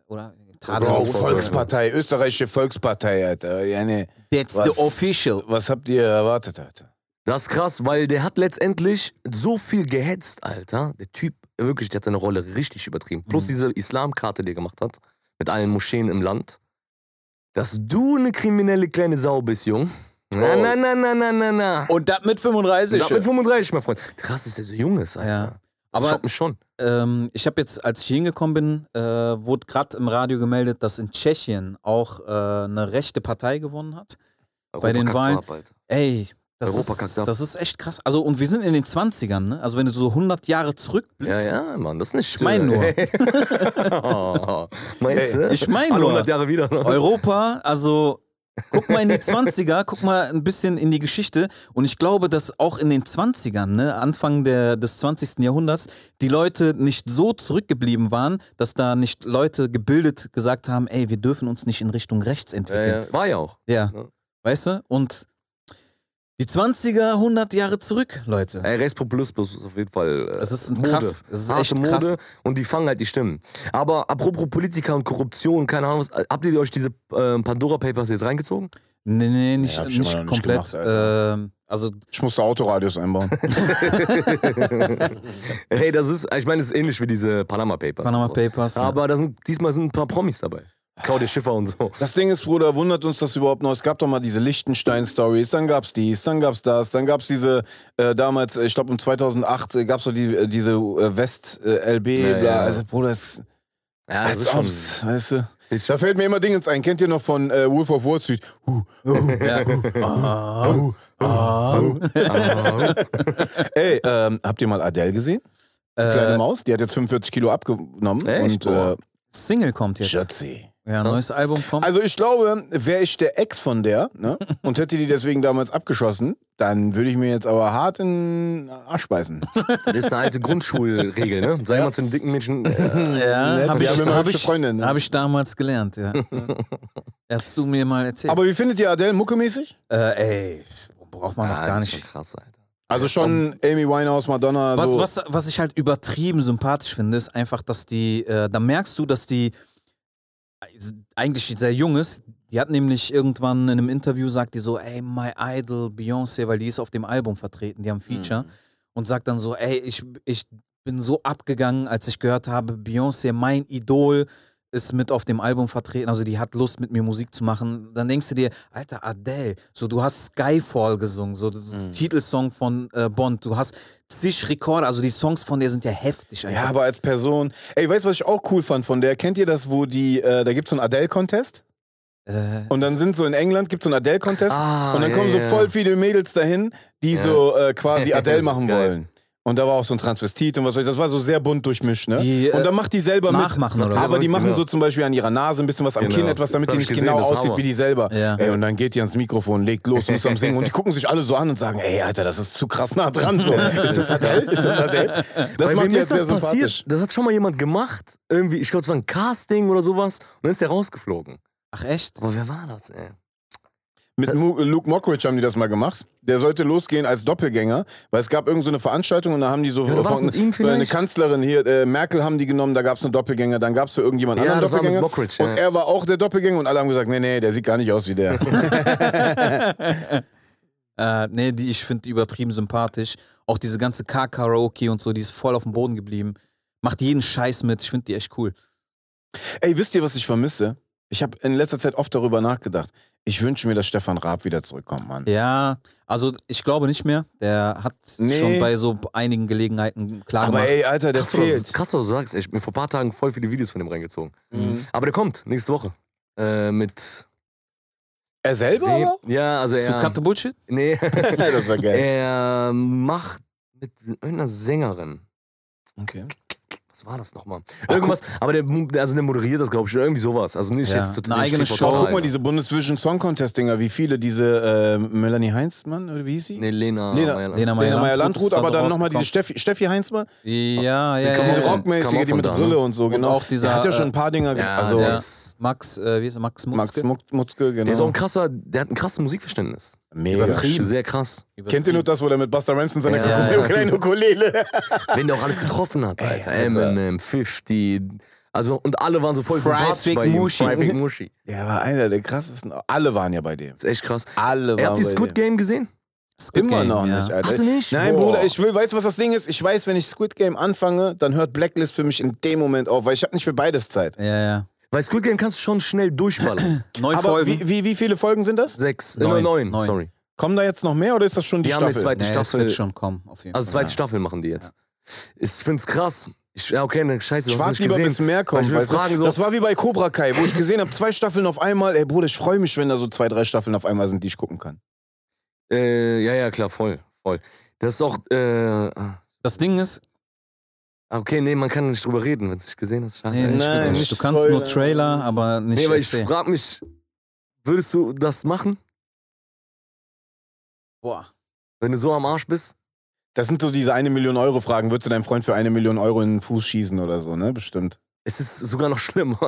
Speaker 3: oder
Speaker 2: Bro,
Speaker 1: Volkspartei.
Speaker 2: Volkspartei, österreichische Volkspartei, Alter. Ja, nee.
Speaker 3: That's
Speaker 2: Was-
Speaker 3: the official.
Speaker 2: Was habt ihr erwartet, Alter?
Speaker 1: Das ist krass, weil der hat letztendlich so viel gehetzt, Alter. Der Typ, wirklich, der hat seine Rolle richtig übertrieben.
Speaker 3: Mhm.
Speaker 1: Plus diese Islamkarte, die er gemacht hat, mit allen Moscheen im Land. Dass du eine kriminelle kleine Sau bist, Jung. Na,
Speaker 2: Oh.
Speaker 1: na, na, na, na, na, na.
Speaker 3: Und das mit 35.
Speaker 1: Und mit 35, mein Freund. Krass, dass der so jung ist, Alter.
Speaker 3: Ja.
Speaker 1: Das
Speaker 3: Aber-
Speaker 1: schockt mich schon.
Speaker 3: Ähm, ich habe jetzt, als ich hier hingekommen bin, äh, wurde gerade im Radio gemeldet, dass in Tschechien auch äh, eine rechte Partei gewonnen hat.
Speaker 1: Europa
Speaker 3: den
Speaker 1: kackt
Speaker 3: Wahlen-
Speaker 1: ab, Alter.
Speaker 3: Ey, das,
Speaker 1: Europa kackt ab.
Speaker 3: ist, das ist echt krass. Also, und wir sind in den 20ern, ne? Also, wenn du so 100 Jahre
Speaker 1: Ja,
Speaker 3: zurückblickst.
Speaker 1: ja, Mann, das ist nicht
Speaker 3: Ich meine nur,
Speaker 1: nur. Meinst du?
Speaker 3: ich mein
Speaker 1: Alle
Speaker 3: nur.
Speaker 1: 100 Jahre wieder. ne?
Speaker 3: Europa, also guck mal in die 20er, guck mal ein bisschen in die Geschichte. Und ich glaube, dass auch in den 20ern, ne, Anfang der, des 20. Jahrhunderts, die Leute nicht so zurückgeblieben waren, dass da nicht Leute gebildet gesagt haben, ey, wir dürfen uns nicht in Richtung rechts
Speaker 1: Ja,
Speaker 3: entwickeln.
Speaker 1: ja. War ja auch.
Speaker 3: Ja.
Speaker 1: Ja.
Speaker 3: Weißt du? Und die 20er, 100 Jahre zurück, Leute.
Speaker 1: Ey, Rechtspopulismus ist auf jeden Fall. Äh,
Speaker 3: Es ist ein
Speaker 1: Mode.
Speaker 3: krass- es ist
Speaker 1: Harte
Speaker 3: echt
Speaker 1: Mode
Speaker 3: krass.
Speaker 1: und die fangen halt die Stimmen. Aber apropos Politiker und Korruption, keine Ahnung, was, habt ihr euch diese äh, Pandora Papers jetzt reingezogen?
Speaker 3: Nee, nee, nicht,
Speaker 2: Ja, hab ich schon mal
Speaker 3: nicht
Speaker 2: noch nicht
Speaker 3: komplett.
Speaker 2: gemacht, Alter.
Speaker 3: ähm, also,
Speaker 2: Ich musste Autoradios einbauen.
Speaker 1: Hey, das ist, ich meine, das ist ähnlich wie diese Panama Papers.
Speaker 3: Panama
Speaker 1: und sowas.
Speaker 3: Papers, ja. Ah.
Speaker 1: Aber da sind, diesmal sind ein paar Promis dabei. Claudia Schiffer und so.
Speaker 2: Das Ding ist, Bruder, wundert uns das überhaupt noch. Es gab doch mal diese Liechtenstein-Stories, dann gab's dies, dann gab's das, dann gab's diese, äh, damals, äh, ich glaube um 2008 äh, gab's doch die, äh, diese äh, West-LB,
Speaker 1: Ja,
Speaker 2: bla.
Speaker 1: ja.
Speaker 2: Also, Bruder, das,
Speaker 1: Ja,
Speaker 2: als ob's, weißt du.
Speaker 1: Ist-
Speaker 2: Also Da fällt mir immer Dingens ein. Kennt ihr noch von äh, Wolf of Wall Street? Huh, huh, Oh.
Speaker 3: Ah.
Speaker 2: huh, huh, huh. Ey, ähm, habt ihr mal Adele gesehen?
Speaker 3: Äh,
Speaker 2: Die kleine Maus? Die hat jetzt 45 Kilo abgenommen.
Speaker 1: Echt?
Speaker 2: Und, äh,
Speaker 1: Boah.
Speaker 3: Single kommt jetzt.
Speaker 2: Schatzi.
Speaker 3: Ja, neues Album kommt.
Speaker 2: Also ich glaube, wäre ich der Ex von der ne, und hätte die deswegen damals abgeschossen, dann würde ich mir jetzt aber hart in den Arsch beißen.
Speaker 1: Das ist eine alte Grundschulregel, ne? Sei mal zu den dicken Menschen. Äh,
Speaker 3: ja, habe
Speaker 2: wir
Speaker 3: ich,
Speaker 2: haben immer
Speaker 3: hab
Speaker 2: hübsche
Speaker 3: ich,
Speaker 2: Freundinnen, ne?
Speaker 3: hab ich damals gelernt, ja. Hättest du mir mal erzählt.
Speaker 2: Aber wie findet ihr Adele muckemäßig?
Speaker 3: äh, ey, braucht man noch
Speaker 1: ah,
Speaker 3: gar
Speaker 1: das ist schon
Speaker 3: nicht.
Speaker 1: krass, Alter.
Speaker 2: Also schon Amy Winehouse, Madonna,
Speaker 3: Was,
Speaker 2: so.
Speaker 3: was, was ich halt übertrieben sympathisch finde, ist einfach, dass die, äh, da merkst du, dass die eigentlich sehr jung ist. Die hat nämlich irgendwann in einem Interview sagt die so, ey, my idol Beyoncé, weil die ist auf dem Album vertreten, die haben Feature. Und sagt dann so, ey, ich, ich bin so abgegangen, als ich gehört habe, Beyoncé, mein Idol, ist mit auf dem Album vertreten. Also die hat Lust, mit mir Musik zu machen. Dann denkst du dir, Alter, Adele, so du hast Skyfall gesungen, so das
Speaker 2: Mhm.
Speaker 3: Titelsong von äh, Bond. Du hast zig Rekorde, also die Songs von der sind ja heftig.
Speaker 2: Ja,
Speaker 3: einfach.
Speaker 2: aber als Person. Ey, weißt du, was ich auch cool fand von der? Kennt ihr das, wo die, äh, da gibt es so einen Adele-Contest?
Speaker 3: Äh,
Speaker 2: und dann sind so in England, gibt es so einen Adele-Contest
Speaker 1: Äh, Ah,
Speaker 2: und dann
Speaker 1: ja,
Speaker 2: kommen so
Speaker 1: ja.
Speaker 2: voll viele Mädels dahin, die so äh, quasi Adele machen
Speaker 1: Geil.
Speaker 2: wollen. Und da war auch so ein Transvestit und was weiß ich, das war so sehr bunt durchmischt, ne?
Speaker 3: Die, äh,
Speaker 2: und dann macht die selber
Speaker 3: nachmachen
Speaker 2: mit.
Speaker 3: oder was?
Speaker 2: aber die machen
Speaker 1: Genau.
Speaker 2: so zum Beispiel an ihrer Nase ein bisschen was, am
Speaker 1: Genau.
Speaker 2: Kinn etwas, damit
Speaker 1: Das
Speaker 2: die
Speaker 1: hab
Speaker 2: nicht
Speaker 1: ich gesehen,
Speaker 2: genau
Speaker 1: das ist
Speaker 2: aussieht
Speaker 1: Hammer.
Speaker 2: wie die selber.
Speaker 3: Ja.
Speaker 2: Ey, und dann geht die ans Mikrofon, legt los und ist am Singen und die gucken sich alle so an und sagen, ey, Alter, das ist zu krass nah dran. So. Ist das Adele? Ist das Adele? Das
Speaker 1: Weil
Speaker 2: macht die
Speaker 1: wem
Speaker 2: halt
Speaker 1: ist
Speaker 2: sehr
Speaker 1: das
Speaker 2: sympathisch.
Speaker 1: passiert? Das hat schon mal jemand gemacht. Irgendwie, ich glaube, es war ein Casting oder sowas. Und dann ist der rausgeflogen.
Speaker 3: Ach echt?
Speaker 1: Aber wer war das, ey?
Speaker 2: Mit Mu Luke Mockridge haben die das mal gemacht. Der sollte losgehen als Doppelgänger, weil es gab irgendeine so eine Veranstaltung und da haben die so
Speaker 1: Ja, oder war's mit ihm vielleicht?
Speaker 2: eine Kanzlerin hier, äh, Merkel haben die genommen, da gab es einen Doppelgänger, dann gab es für irgendjemand
Speaker 1: Ja,
Speaker 2: anderen
Speaker 1: das war mit
Speaker 2: Doppelgänger.
Speaker 1: Mockridge,
Speaker 2: und
Speaker 1: ja.
Speaker 2: er war auch der Doppelgänger und alle haben gesagt, nee, nee, der sieht gar nicht aus wie der.
Speaker 3: Äh, nee, die ich finde übertrieben sympathisch. Auch diese ganze K-Karaoke und so, die ist voll auf dem Boden geblieben. Macht jeden Scheiß mit. Ich finde die echt cool.
Speaker 2: Ey, wisst ihr, was ich vermisse? Ich habe in letzter Zeit oft darüber nachgedacht. Ich wünsche mir, dass Stefan Raab wieder zurückkommt, Mann.
Speaker 3: Ja, also ich glaube nicht mehr. Der hat
Speaker 2: Nee.
Speaker 3: schon bei so einigen Gelegenheiten klar
Speaker 2: Aber
Speaker 3: gemacht.
Speaker 2: ey, Alter, der
Speaker 1: Krass, was,
Speaker 2: fehlt.
Speaker 1: krass, was du sagst. ey. Ich bin vor ein paar Tagen voll viele Videos von dem reingezogen.
Speaker 2: Mhm.
Speaker 1: Aber der kommt nächste Woche. Äh, mit.
Speaker 2: Er selber?
Speaker 1: wem?
Speaker 2: aber?
Speaker 1: Ja, also
Speaker 3: Zu
Speaker 1: er.
Speaker 3: Cut the Bullshit?
Speaker 1: Nee.
Speaker 2: das war geil.
Speaker 1: er macht mit irgendeiner Sängerin.
Speaker 2: Okay.
Speaker 1: Was war das nochmal? Irgendwas, aber der, mu- der- also der moderiert das, glaube ich, oder irgendwie sowas. Also nicht
Speaker 3: Ja,
Speaker 1: jetzt total. der
Speaker 3: eine eigene
Speaker 1: steht
Speaker 3: Show.
Speaker 2: Boah,
Speaker 1: total,
Speaker 2: guck mal,
Speaker 1: Alter.
Speaker 2: diese Bundesvision Song Contest Dinger, wie viele diese äh, Melanie Heinzmann oder wie hieß sie?
Speaker 1: Nee, Lena.
Speaker 2: Lena-
Speaker 1: Meyer-
Speaker 3: Lena
Speaker 2: Lena Meyer Landrut,
Speaker 3: Meyer-Landrut ist
Speaker 2: aber dann
Speaker 3: da
Speaker 2: nochmal diese Steffi, Steffi Heinzmann,
Speaker 3: Ja, ja, ja.
Speaker 1: Kam auch
Speaker 2: diese
Speaker 3: ja.
Speaker 1: von- kam
Speaker 2: rockmäßige,
Speaker 1: auch
Speaker 2: die
Speaker 1: von
Speaker 2: mit
Speaker 1: da,
Speaker 2: Brille
Speaker 1: ne?
Speaker 2: und so, genau.
Speaker 3: auch dieser,
Speaker 2: der hat ja schon
Speaker 3: äh,
Speaker 2: ein paar Dinger, ge-
Speaker 1: ja,
Speaker 2: also
Speaker 1: der-
Speaker 3: Ja. Max, äh, wie ist er? Max
Speaker 2: Max
Speaker 3: Mutzke?
Speaker 2: Muck- Mutzke, genau.
Speaker 1: Der ist auch ein krasser, der hat ein krasses Musikverständnis.
Speaker 2: Mega.
Speaker 1: Übertrieben. Sehr krass.
Speaker 2: Kennt ihr nur das, wo der mit Buster Ramson seine
Speaker 3: Ja, ja.
Speaker 2: kleine Ukulele...
Speaker 1: Wenn der auch alles getroffen hat, Alter. Eminem, 50. Also, und alle waren so voll
Speaker 3: Fry
Speaker 1: sympathisch
Speaker 3: Big
Speaker 1: bei ihm.
Speaker 3: Mushi.
Speaker 1: Fry Big Mushi.
Speaker 2: Der war einer der krassesten. Alle waren ja bei dem.
Speaker 1: Ist echt krass.
Speaker 2: Alle
Speaker 1: Ihr
Speaker 2: waren
Speaker 1: habt die
Speaker 2: bei
Speaker 1: Squid
Speaker 2: dem.
Speaker 1: Game gesehen?
Speaker 3: Squid
Speaker 2: Immer
Speaker 3: Game,
Speaker 2: noch
Speaker 3: ja.
Speaker 2: nicht, Alter.
Speaker 1: Hast du nicht?
Speaker 2: Nein,
Speaker 1: Boah.
Speaker 2: Bruder, ich will, weißt du, was das Ding ist? Ich weiß, wenn ich Squid Game anfange, dann hört Blacklist für mich in dem Moment auf, weil ich habe nicht für beides Zeit.
Speaker 3: Ja, ja.
Speaker 1: Weil Squid Game kannst du schon schnell durchballern.
Speaker 3: Neun
Speaker 2: Aber
Speaker 3: Folgen.
Speaker 2: wie, wie, wie viele Folgen sind das?
Speaker 1: Sechs. Neun.
Speaker 3: Neun.
Speaker 1: Äh, neun,
Speaker 3: Neun.
Speaker 1: sorry.
Speaker 2: Kommen da jetzt noch mehr oder ist das schon die
Speaker 1: Die haben
Speaker 2: Staffel?
Speaker 1: jetzt zweite
Speaker 3: nee, das
Speaker 1: Staffel.
Speaker 3: wird schon kommen, auf jeden
Speaker 1: Also
Speaker 3: Fall.
Speaker 1: zweite Staffel machen die jetzt. Ich find's krass. Ich, ja, okay, dann scheiße, du hast es
Speaker 2: ich warte
Speaker 1: nicht
Speaker 2: lieber,
Speaker 1: gesehen.
Speaker 2: bis mehr kommt.
Speaker 1: Weil Ich will
Speaker 2: weißt du?
Speaker 1: fragen, so,
Speaker 2: Das war wie bei Cobra Kai, wo ich gesehen habe, zwei Staffeln auf einmal. Ey, Bruder, ich freue mich, wenn da so zwei, drei Staffeln auf einmal sind, die ich gucken kann.
Speaker 1: äh, ja, ja, klar, voll, voll. Das ist auch, äh, ah,
Speaker 3: Das Ding ist,
Speaker 1: okay, nee, man kann nicht drüber reden, wenn du es nicht gesehen hast. Schade.
Speaker 3: nee,
Speaker 1: ich
Speaker 3: nicht
Speaker 2: Nein,
Speaker 3: wirklich.
Speaker 2: nicht
Speaker 3: du kannst nur
Speaker 2: Spoiler.
Speaker 3: Trailer, aber nicht
Speaker 1: nee, aber ich
Speaker 3: erzählen.
Speaker 1: frag mich, würdest du das machen,
Speaker 3: Boah.
Speaker 1: wenn du so am Arsch bist?
Speaker 2: Das sind so diese eine Million Euro Fragen. Würdest du deinem Freund für eine Million Euro in den Fuß schießen oder so, ne? Bestimmt.
Speaker 1: Es ist sogar noch schlimmer.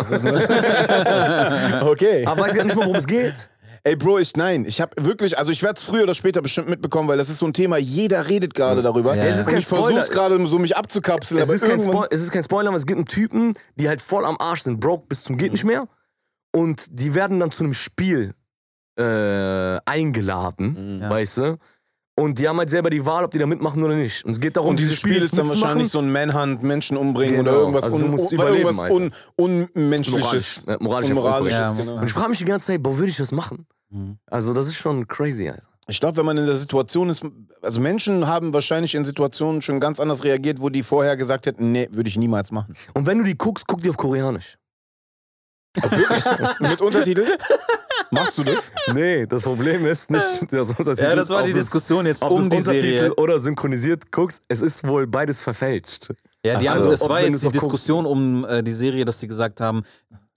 Speaker 2: okay.
Speaker 1: aber weiß gar nicht mal, worum es geht.
Speaker 2: Ey, Bro, ich, nein, ich habe wirklich, also ich werde es früher oder später bestimmt mitbekommen, weil das ist so ein Thema, jeder redet gerade darüber.
Speaker 3: Ja, es ist
Speaker 2: Und
Speaker 1: kein
Speaker 2: ich versuche
Speaker 1: Spoiler.
Speaker 2: gerade um so mich abzukapseln,
Speaker 1: Es
Speaker 2: aber
Speaker 1: ist, kein
Speaker 2: irgendwann-
Speaker 1: Spoil- es ist kein Spoiler, aber es gibt einen Typen, die halt voll am Arsch sind, broke bis zum geht nicht mehr. Und Mhm. die werden dann zu einem Spiel äh, eingeladen, weißt du? Und die haben halt selber die Wahl, ob die da mitmachen oder nicht. Und es geht darum,
Speaker 2: Und
Speaker 1: dieses
Speaker 2: dieses Spiel ist dann
Speaker 1: mitzumachen.
Speaker 2: wahrscheinlich so ein Manhunt, Menschen umbringen
Speaker 1: Genau.
Speaker 2: oder irgendwas,
Speaker 1: Also du musst
Speaker 2: un,
Speaker 1: überleben,
Speaker 2: irgendwas un, unmenschliches.
Speaker 1: Moralisch, ja, moralisch
Speaker 2: Unmoralisches,
Speaker 3: ja,
Speaker 2: genau.
Speaker 1: Und ich frage mich die ganze Zeit, boah, würde ich das machen? Also das ist schon crazy, Alter.
Speaker 2: Ich glaube, wenn man in der Situation ist, also Menschen haben wahrscheinlich in Situationen schon ganz anders reagiert, wo die vorher gesagt hätten, nee, würde ich niemals machen.
Speaker 1: Und wenn du die guckst, guck die auf Koreanisch.
Speaker 2: Mit Untertitel? Machst du das?
Speaker 1: Nee, das Problem ist nicht das Untertitel.
Speaker 3: Ja, das war
Speaker 1: ob
Speaker 3: die
Speaker 1: es-
Speaker 3: Diskussion jetzt
Speaker 1: Ob
Speaker 3: um
Speaker 1: das
Speaker 3: die
Speaker 1: Untertitel
Speaker 3: Serie.
Speaker 1: oder synchronisiert guckst, es ist wohl beides verfälscht.
Speaker 3: Ja, die
Speaker 1: Ach
Speaker 3: haben,
Speaker 1: so.
Speaker 3: es
Speaker 1: Ob
Speaker 3: war
Speaker 1: wenn
Speaker 3: jetzt
Speaker 1: du
Speaker 3: die
Speaker 1: es noch
Speaker 3: Diskussion um äh, die Serie, dass die gesagt haben,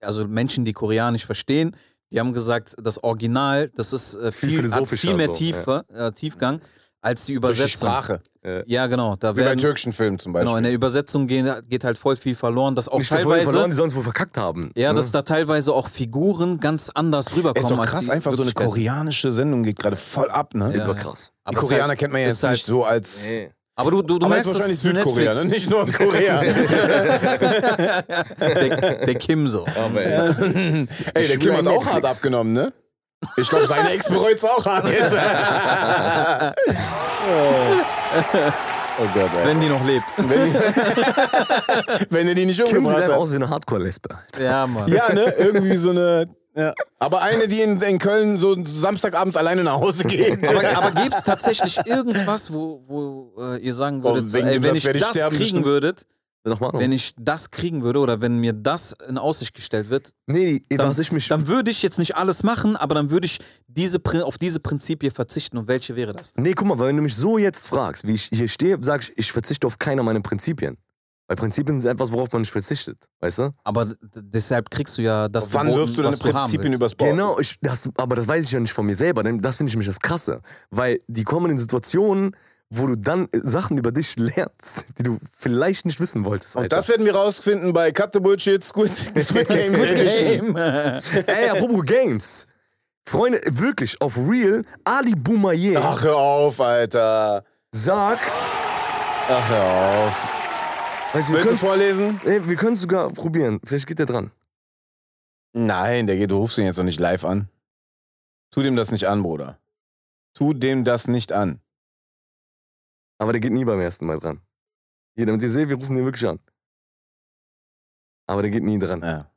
Speaker 3: also Menschen, die Koreanisch verstehen, die haben gesagt, das Original, das ist äh,
Speaker 1: Viel
Speaker 3: viel, hat
Speaker 1: philosophischer
Speaker 3: viel mehr
Speaker 1: so,
Speaker 3: Tiefe, äh, Tiefgang als die
Speaker 2: Durch die
Speaker 3: Übersetzung.
Speaker 2: Sprache.
Speaker 3: ja, genau. Da
Speaker 2: Wie bei
Speaker 3: werden,
Speaker 2: türkischen Filmen zum
Speaker 3: genau,
Speaker 2: Beispiel.
Speaker 3: in der Übersetzung gehen, geht halt voll viel verloren, dass auch
Speaker 1: Nicht dafür verloren,
Speaker 3: teilweise.
Speaker 1: die sollen es wohl verkackt haben.
Speaker 3: Ja,
Speaker 1: Ne?
Speaker 3: dass da teilweise auch Figuren ganz anders
Speaker 2: Ey, ist
Speaker 3: rüberkommen.
Speaker 2: doch
Speaker 3: als
Speaker 2: krass,
Speaker 3: die
Speaker 2: einfach so eine
Speaker 3: Wirklichkeit sind.
Speaker 2: koreanische Sendung geht gerade voll ab, ne?
Speaker 1: Super krass.
Speaker 2: Die
Speaker 3: Aber es ist
Speaker 2: Koreaner
Speaker 3: halt-
Speaker 2: kennt man ja
Speaker 3: ist
Speaker 2: jetzt
Speaker 3: halt-
Speaker 2: nicht so als.
Speaker 1: Nee.
Speaker 3: Aber du, du, du
Speaker 2: Aber
Speaker 3: merkst,
Speaker 2: ist wahrscheinlich
Speaker 3: das ist
Speaker 2: Südkorea, ne?
Speaker 3: Netflix.
Speaker 2: nicht Nordkorea.
Speaker 3: Der, der Kim so.
Speaker 1: Aber ey,
Speaker 2: Ey, der
Speaker 1: schwöre
Speaker 2: Kim
Speaker 3: halt
Speaker 2: hat
Speaker 1: an
Speaker 2: auch
Speaker 1: Netflix.
Speaker 2: hart abgenommen, ne? Ich glaube, seine Ex bereut's auch hart jetzt. oh. oh Gott, ey.
Speaker 3: Wenn die noch lebt.
Speaker 2: Wenn er die nicht
Speaker 1: Kim sieht
Speaker 2: umgebracht
Speaker 1: einfach
Speaker 2: hat.
Speaker 1: aus wie eine Hardcore-Lesbe. Alter.
Speaker 3: Ja, Mann.
Speaker 2: Ja, ne? Irgendwie so eine. Ja. Aber eine, die in, in Köln so Samstagabends alleine nach Hause geht.
Speaker 3: Aber, aber gibt es tatsächlich irgendwas, wo, wo äh, ihr sagen
Speaker 2: Warum?
Speaker 3: würdet, so,
Speaker 2: Wegen
Speaker 3: ey,
Speaker 2: dem
Speaker 3: wenn
Speaker 2: Satz
Speaker 3: ich
Speaker 2: werde ich
Speaker 3: das
Speaker 2: sterben,
Speaker 3: kriegen
Speaker 2: bestimmt.
Speaker 3: würdet,
Speaker 1: Nochmal.
Speaker 2: Oh.
Speaker 3: wenn ich das kriegen würde oder wenn mir das in Aussicht gestellt wird,
Speaker 1: Nee, die-
Speaker 3: dann,
Speaker 1: was ich mich.
Speaker 3: dann würde ich jetzt nicht alles machen, aber dann würde ich diese, Pri- auf diese Prinzipien verzichten. Und welche wäre das?
Speaker 1: Nee, guck mal, weil wenn du mich so jetzt fragst, wie ich hier stehe, sag ich, ich verzichte auf keiner meiner Prinzipien. Weil Prinzipien sind etwas, worauf man nicht verzichtet, weißt du?
Speaker 3: Aber d- deshalb kriegst du ja das
Speaker 2: Wann
Speaker 3: geboten,
Speaker 2: wirfst du deine
Speaker 3: was haben
Speaker 2: Prinzipien
Speaker 3: willst.
Speaker 2: übers Bord?
Speaker 1: Genau, ich, das, aber das weiß ich ja nicht von mir selber, denn das finde ich mich das Krasse. Weil die kommen in Situationen, wo du dann äh, Sachen über dich lernst, die du vielleicht nicht wissen wolltest.
Speaker 2: Und
Speaker 1: Alter.
Speaker 2: das werden wir rausfinden bei Cut the Bullshit, Squid, Squid Game. Edition.
Speaker 3: Game.
Speaker 1: Ey, apropos Games. Freunde, wirklich, auf Real, Ali Boumaier
Speaker 2: Ach, hör auf, Alter.
Speaker 1: sagt,
Speaker 2: Ach, hör
Speaker 1: weißt, du, wir
Speaker 2: auf. Willst du es
Speaker 1: können's-
Speaker 2: vorlesen?
Speaker 1: ey, wir können es sogar probieren, vielleicht geht der dran.
Speaker 2: Nein, der geht, du rufst ihn jetzt noch nicht live an. Tu dem das nicht an, Bruder. Tu dem das nicht an.
Speaker 1: Aber der geht nie beim ersten Mal dran. Hier, damit ihr seht, wir rufen den wirklich an. Aber der geht nie dran.
Speaker 2: Ja.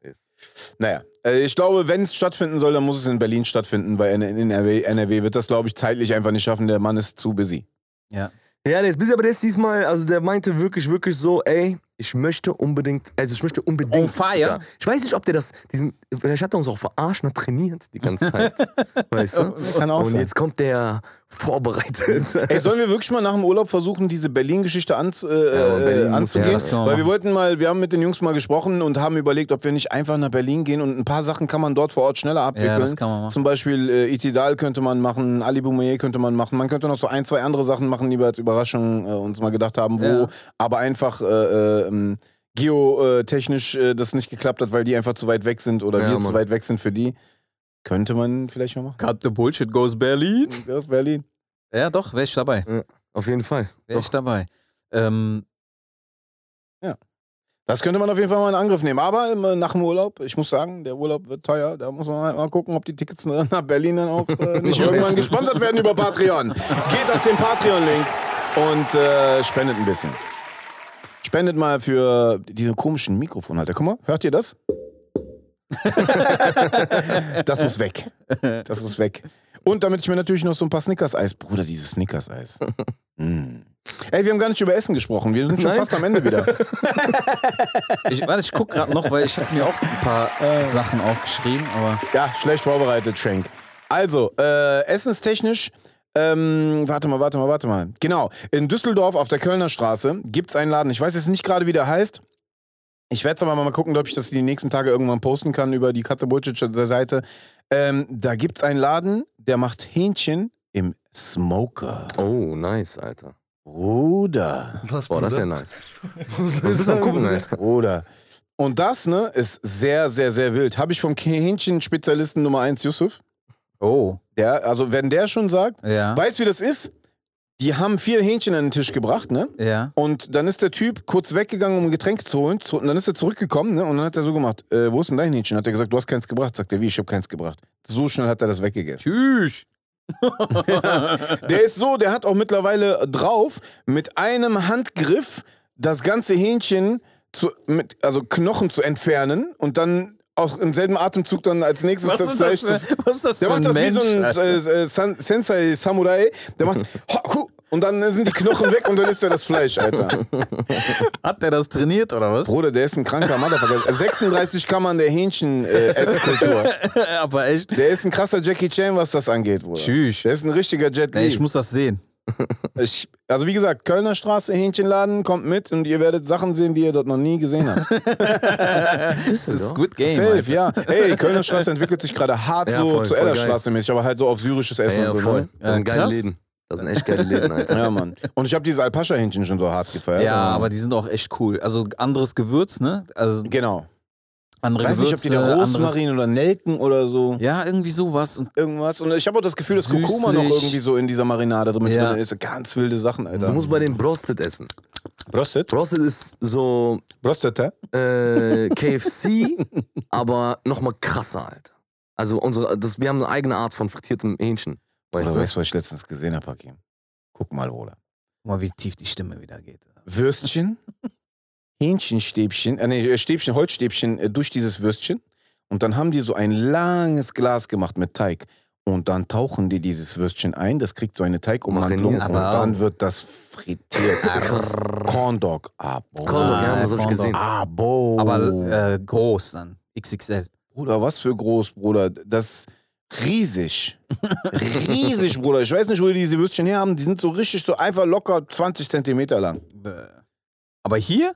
Speaker 2: Naja, äh, ich glaube, wenn es stattfinden soll, dann muss es in Berlin stattfinden, weil in, in NRW, NRW wird das, glaube ich, zeitlich einfach nicht schaffen. Der Mann ist zu busy.
Speaker 3: ja.
Speaker 1: Ja, der ist busy, aber der ist diesmal, also der meinte wirklich, wirklich so, ey, ich möchte unbedingt, also ich möchte unbedingt.
Speaker 3: On fire?
Speaker 1: Ich weiß nicht, ob der das, diesen, vielleicht hat er uns auch verarscht und hat trainiert die ganze Zeit. weißt du?
Speaker 2: Kann auch
Speaker 1: und
Speaker 2: sein.
Speaker 1: jetzt kommt der vorbereitet.
Speaker 2: Ey, sollen wir wirklich mal nach dem Urlaub versuchen, diese Berlin-Geschichte anz, äh,
Speaker 1: aber Berlin
Speaker 2: äh,
Speaker 1: muss-
Speaker 2: anzugehen?
Speaker 1: ja,
Speaker 3: das können wir
Speaker 2: Weil wir
Speaker 3: machen.
Speaker 2: wollten mal, wir haben mit den Jungs mal gesprochen und haben überlegt, ob wir nicht einfach nach Berlin gehen und ein paar Sachen kann man dort vor Ort schneller abwickeln.
Speaker 3: das kann man machen.
Speaker 2: Zum Beispiel äh, Itidal könnte man machen, Ali Boumaier könnte man machen. Man könnte noch so ein, zwei andere Sachen machen, die wir als Überraschung äh, uns mal gedacht haben, wo
Speaker 3: Ja.
Speaker 2: aber einfach äh, äh, ähm, geotechnisch äh, das nicht geklappt hat, weil die einfach zu weit weg sind oder
Speaker 1: Ja,
Speaker 2: wir
Speaker 1: Mann.
Speaker 2: zu weit weg sind für die. Könnte man vielleicht mal machen.
Speaker 3: Cut the Bullshit goes Berlin.
Speaker 2: Aus Berlin.
Speaker 3: Ja, doch, wäre ich dabei.
Speaker 1: Auf jeden Fall.
Speaker 3: Wäre ich dabei. Ähm,
Speaker 2: Das könnte man auf jeden Fall mal in Angriff nehmen. Aber ähm, nach dem Urlaub, ich muss sagen, der Urlaub wird teuer. Da muss man halt mal gucken, ob die Tickets nach Berlin dann auch äh, nicht irgendwann gesponsert werden über Patreon. Geht auf den Patreon-Link und äh, spendet ein bisschen. Spendet mal für diesen komischen Mikrofonhalter. Guck mal, hört ihr das? das muss weg. Das muss weg. Und damit ich mir natürlich noch so ein paar Snickers-Eis. Bruder, dieses Snickers-Eis. Mm. Ey, wir haben gar nicht über Essen gesprochen. Wir sind schon
Speaker 1: Nein.
Speaker 2: fast am Ende wieder.
Speaker 3: ich, warte, ich guck gerade noch, weil ich hatte mir auch ein paar
Speaker 2: Äh.
Speaker 3: Sachen aufgeschrieben, aber.
Speaker 2: Ja, schlecht vorbereitet, Schenk. Also, äh, essenstechnisch, ähm, warte mal, warte mal, warte mal. Genau, in Düsseldorf auf der Kölner Straße gibt's einen Laden. Ich weiß jetzt nicht gerade, wie der heißt. Ich werde es aber mal gucken, ob ich das die nächsten Tage irgendwann posten kann über die Katze Seite. Ähm, da gibt's einen Laden, der macht Hähnchen im Smoker.
Speaker 1: Oh, nice, Alter.
Speaker 2: Bruder.
Speaker 4: Was,
Speaker 1: Boah, das ist ja nice. Was bist du am gucken, Alter?
Speaker 2: Bruder. Und das, ne, ist sehr, sehr, sehr wild. Habe ich vom Hähnchenspezialisten Nummer 1, Yusuf.
Speaker 3: Oh.
Speaker 2: Der, also wenn der schon sagt,
Speaker 3: Ja.
Speaker 2: weißt du, wie das ist? Die haben vier Hähnchen an den Tisch gebracht, ne?
Speaker 3: Ja.
Speaker 2: Und dann ist der Typ kurz weggegangen, um ein Getränk zu holen. Zu, und dann ist er zurückgekommen, ne? Und dann hat er so gemacht, äh, wo ist denn dein Hähnchen? Hat er gesagt, du hast keins gebracht. Sagt er, wie, ich hab keins gebracht. So schnell hat er das weggegessen.
Speaker 3: Tschüss.
Speaker 2: Der ist so, der hat auch mittlerweile drauf, mit einem Handgriff das ganze Hähnchen, zu, mit, also Knochen zu entfernen und dann auch im selben Atemzug dann als nächstes
Speaker 3: Was
Speaker 2: das
Speaker 3: ist das
Speaker 2: Fleisch
Speaker 3: für,
Speaker 2: zu
Speaker 3: was ist das
Speaker 2: Der
Speaker 3: für
Speaker 2: macht das
Speaker 3: ein Mensch?
Speaker 2: wie so ein
Speaker 3: Alter?
Speaker 2: äh, äh, San- Sensei Samurai. Der macht ho, hu, und dann sind die Knochen weg und dann ist er das Fleisch, Alter.
Speaker 3: Hat der das trainiert oder was?
Speaker 2: Bruder, der ist ein kranker Motherfucker. 36 Kammern der Hähnchen-Esskultur.
Speaker 3: Aber echt.
Speaker 2: der ist ein krasser Jackie Chan, was das angeht, Bruder.
Speaker 3: Tschüss.
Speaker 2: Der ist ein richtiger Jet Li.
Speaker 3: Ey, ich muss das sehen.
Speaker 2: Ich, also wie gesagt, Kölner Straße, Hähnchenladen, kommt mit und ihr werdet Sachen sehen, die ihr dort noch nie gesehen habt.
Speaker 1: Das ist
Speaker 3: Squid Game.
Speaker 2: Safe,
Speaker 3: Alter.
Speaker 2: ja. Ey, Kölner Straße entwickelt sich gerade hart
Speaker 1: Ja,
Speaker 2: so
Speaker 1: voll,
Speaker 2: zu
Speaker 1: voll
Speaker 2: Ellerstraße mäßig, aber halt so auf syrisches Essen
Speaker 1: Ja,
Speaker 2: und so.
Speaker 1: voll.
Speaker 2: Ne?
Speaker 1: Das sind
Speaker 3: Ja,
Speaker 1: geile
Speaker 3: krass.
Speaker 1: Läden. Das sind echt geile Läden, Alter.
Speaker 2: Ja, Mann. Und ich habe dieses Alpascha-Hähnchen schon so hart gefeiert.
Speaker 3: Ja, aber die sind auch echt cool. Also anderes Gewürz, ne? Also
Speaker 2: Genau.
Speaker 3: andere
Speaker 2: Ich weiß nicht, ob
Speaker 3: Gewürze.
Speaker 2: die da
Speaker 3: Also anderes-
Speaker 2: Rosmarin oder Nelken oder so.
Speaker 3: Ja, irgendwie sowas. Und
Speaker 2: Irgendwas. Und ich habe auch das Gefühl, dass Kurkuma noch
Speaker 3: Süßlich.
Speaker 2: irgendwie so in dieser Marinade drin
Speaker 3: Ja.
Speaker 2: drin ist. So Ganz wilde Sachen, Alter.
Speaker 1: Du musst bei den Brosted essen.
Speaker 2: Brostet?
Speaker 1: Brosted ist so
Speaker 2: Brostet, hä?
Speaker 1: äh, KFC, aber nochmal krasser, Alter. Also unsere, das, wir haben eine eigene Art von frittiertem Hähnchen. Weißt
Speaker 2: Weißt
Speaker 1: du?
Speaker 2: du, was ich letztens gesehen habe, Hakim? Guck mal, Bruder.
Speaker 3: guck mal, wie tief die Stimme wieder geht.
Speaker 2: Würstchen, Hähnchenstäbchen, äh, nee, Stäbchen, Holzstäbchen äh, durch dieses Würstchen. Und dann haben die so ein langes Glas gemacht mit Teig. Und dann tauchen die dieses Würstchen ein, das kriegt so eine Teigumwandlung und
Speaker 1: Mariniert.
Speaker 3: Aber
Speaker 2: dann wird das frittiert.
Speaker 1: Krass.
Speaker 2: Corn Dog. Abo.
Speaker 1: Corn Dog,
Speaker 3: Ah,
Speaker 1: ja, das hab ich
Speaker 3: Corn Dog.
Speaker 1: gesehen.
Speaker 2: Abo.
Speaker 3: Aber äh, groß dann. XXL.
Speaker 2: Bruder, was für groß, Bruder. Das ist riesig. riesig, Bruder. Ich weiß nicht, wo die diese Würstchen her haben. Die sind so richtig, so einfach locker 20 Zentimeter lang.
Speaker 3: Bäh. Aber hier?